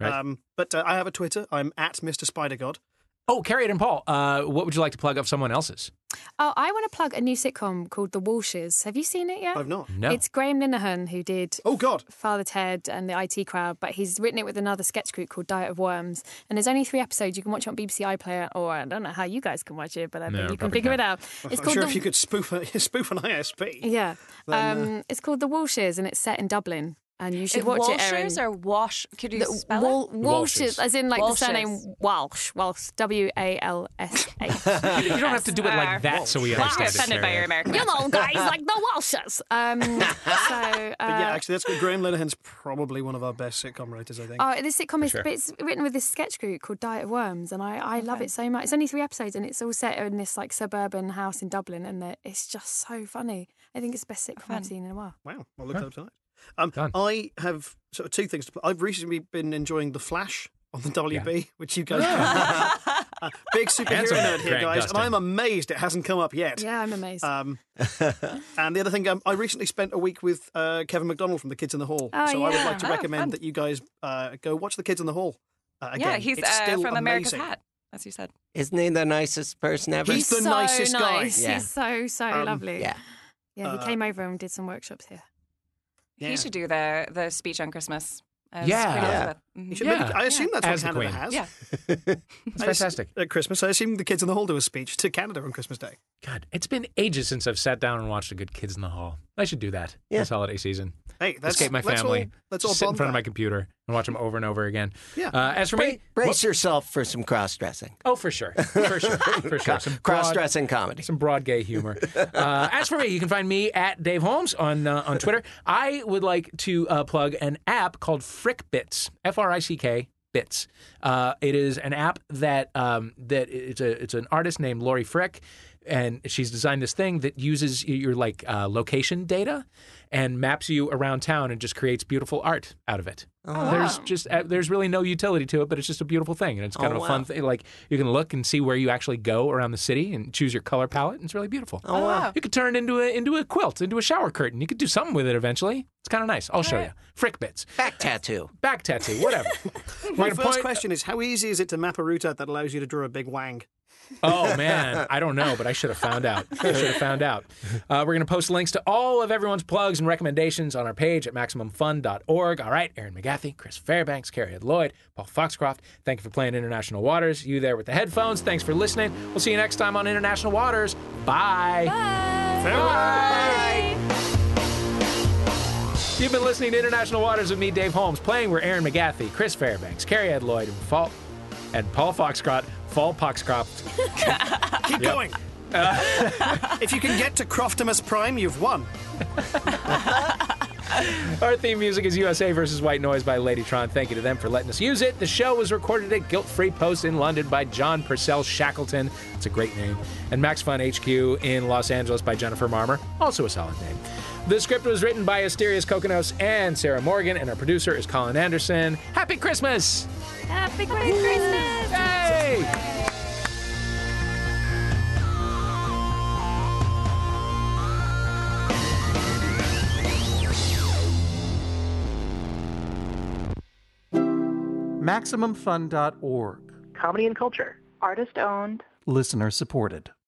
Speaker 1: Right.
Speaker 5: Um, but uh, I have a Twitter. I'm at Mr. Spider God.
Speaker 1: Oh, Carrie Ed and Paul. Uh, what would you like to plug of someone else's?
Speaker 6: Oh, I want to plug a new sitcom called The Walshes. Have you seen it yet?
Speaker 5: I've not.
Speaker 1: No.
Speaker 6: It's Graham Linehan who did
Speaker 5: Oh God,
Speaker 6: Father Ted and the IT Crowd, but he's written it with another sketch group called Diet of Worms. And there's only three episodes. You can watch it on BBC iPlayer, or I don't know how you guys can watch it, but I
Speaker 5: No,
Speaker 6: think you can
Speaker 5: probably
Speaker 6: figure it out.
Speaker 5: can't.
Speaker 6: It's
Speaker 5: I'm
Speaker 6: called
Speaker 5: sure
Speaker 6: The-
Speaker 5: if you could spoof, a, spoof an ISP.
Speaker 6: Yeah,
Speaker 5: Then, uh,
Speaker 6: um, it's called The Walshes, and it's set in Dublin. And you should
Speaker 4: It-
Speaker 6: watch it. Erin.
Speaker 4: Walshers or Wash? Could you
Speaker 6: The-
Speaker 4: spell
Speaker 6: Wal-
Speaker 4: it?
Speaker 6: Walshes, as in like
Speaker 4: Walshes.
Speaker 6: the surname Walsh, Walsh, W A L S H.
Speaker 1: You don't have to do it like that
Speaker 5: Oh,
Speaker 1: so we
Speaker 4: Wow.
Speaker 1: understand it.
Speaker 4: Offended by
Speaker 1: Carrie
Speaker 4: your
Speaker 1: Ed.
Speaker 4: American
Speaker 6: You know,
Speaker 4: accent.
Speaker 6: guys, like the Walshes. Um, so,
Speaker 5: but
Speaker 6: uh,
Speaker 5: yeah, actually, that's good. Graham Linehan's probably one of our best sitcom writers, I think.
Speaker 4: Uh,
Speaker 6: Oh, this sitcom is
Speaker 5: Sure.
Speaker 6: but it's written with this sketch group called Diet of Worms, and I, I love it so much. It's only three episodes, and it's all set in this like suburban house in Dublin, and the- it's just so funny. I think it's the best sitcom I've seen in a while.
Speaker 5: Wow, I'll look that up tonight. Um, I have sort of two things to play. I've recently been enjoying The Flash on the WB, which you guys
Speaker 1: Ah.
Speaker 5: uh, big superhero
Speaker 10: Handsome
Speaker 5: nerd here,
Speaker 10: Grant
Speaker 5: guys,
Speaker 10: Gustin.
Speaker 5: and I'm amazed it hasn't come up yet.
Speaker 6: Yeah, I'm amazed.
Speaker 5: Um, and the other thing, um, I recently spent a week with uh, Kevin McDonald from The Kids in the Hall,
Speaker 4: Oh,
Speaker 5: so I would
Speaker 4: yeah.
Speaker 5: like to
Speaker 4: Oh,
Speaker 5: recommend
Speaker 4: fun.
Speaker 5: that you guys uh, go watch The Kids in the Hall. Uh, again,
Speaker 4: yeah, he's
Speaker 5: it's
Speaker 4: uh,
Speaker 5: still
Speaker 4: from America's
Speaker 5: amazing.
Speaker 4: Hat, as you said.
Speaker 3: Isn't he the nicest person ever?
Speaker 5: He's the
Speaker 6: so
Speaker 5: nicest guy.
Speaker 6: nice.
Speaker 3: Yeah.
Speaker 6: He's so so
Speaker 3: Um,
Speaker 6: lovely.
Speaker 3: yeah.
Speaker 6: yeah. He
Speaker 4: Uh,
Speaker 6: came over and did some workshops here.
Speaker 4: He should do the the speech on Christmas. as
Speaker 5: Yeah.
Speaker 4: Queen
Speaker 5: Yeah.
Speaker 4: Elizabeth. Mm-hmm.
Speaker 5: He should make- I assume that's
Speaker 1: As the
Speaker 5: what Canada
Speaker 1: Queen.
Speaker 5: has.
Speaker 4: Yeah.
Speaker 5: It's fantastic. At Christmas, I assume the kids in the hall do a speech to Canada on Christmas Day.
Speaker 1: God, it's been ages since I've sat down and watched a good Kids in the Hall. I should do that
Speaker 5: Yeah.
Speaker 1: this holiday season.
Speaker 5: Hey, that's-
Speaker 1: escape my
Speaker 5: let's all-
Speaker 1: family.
Speaker 5: let's all
Speaker 1: sit in
Speaker 5: bond
Speaker 1: front of
Speaker 5: that.
Speaker 1: my computer and watch them over and over again.
Speaker 5: Yeah.
Speaker 1: Uh, as for
Speaker 3: Bra-
Speaker 1: me,
Speaker 3: brace yourself for some cross dressing.
Speaker 1: Oh, for sure. For sure. For sure. Some broad-
Speaker 3: Cross-dressing comedy.
Speaker 1: Some broad gay humor. Uh, as for me, you can find me at Dave Holmes on uh, on Twitter. I would like to uh, plug an app called Frick Bits. F R I C K Bits. Uh, it is an app that um, that it's a it's an artist named Lori Frick. And she's designed this thing that uses your like uh, location data and maps you around town and just creates beautiful art out of it.
Speaker 10: Oh,
Speaker 1: There's
Speaker 10: wow.
Speaker 1: just uh, there's really no utility to it, but it's just a beautiful thing and it's kind
Speaker 10: Oh,
Speaker 1: of a fun
Speaker 10: wow.
Speaker 1: thing. Like you can look and see where you actually go around the city and choose your color palette. And it's really beautiful.
Speaker 10: Oh, wow.
Speaker 1: You could turn it into a into a quilt, into a shower curtain. You could do something with it eventually. It's kind of nice. I'll show
Speaker 5: right.
Speaker 1: you. Frick bits,
Speaker 3: back tattoo,
Speaker 1: back tattoo, whatever. We're
Speaker 5: My
Speaker 1: gonna
Speaker 5: first
Speaker 1: point-
Speaker 5: question is: How easy is it to map a route out that allows you to draw a big wang?
Speaker 1: Oh man, I don't know, but I should have found out. I should have found out. Uh, we're going to post links to all of everyone's plugs and recommendations on our page at maximumfun.org. All right, Aaron McGathy, Chris Fairbanks, Carrie Ed Lloyd, Paul Foxcroft. Thank you for playing International Waters. You there with the headphones? Thanks for listening. We'll see you next time on International Waters. Bye. Bye. Bye. You've been listening to International Waters with me, Dave Holmes, playing were Aaron McGathy, Chris Fairbanks, Carrie Ed Lloyd, and Paul, and Paul Foxcroft. Paul Foxcroft.
Speaker 5: Keep
Speaker 1: Yep.
Speaker 5: going. Uh, if you can get to Croftimus Prime, you've won.
Speaker 1: Our theme music is USA versus White Noise by Ladytron. Thank you to them for letting us use it. The show was recorded at Guilt Free Post in London by John Purcell Shackleton. It's a great name. And Max Fun HQ in Los Angeles by Jennifer Marmer. Also a solid name. The script was written by Asterius Kokonos and Sarah Morgan, and our producer is Colin Anderson. Happy Christmas!
Speaker 10: Happy Christmas!
Speaker 16: MaximumFun.org.
Speaker 17: Comedy and culture. Artist owned.
Speaker 16: Listener supported.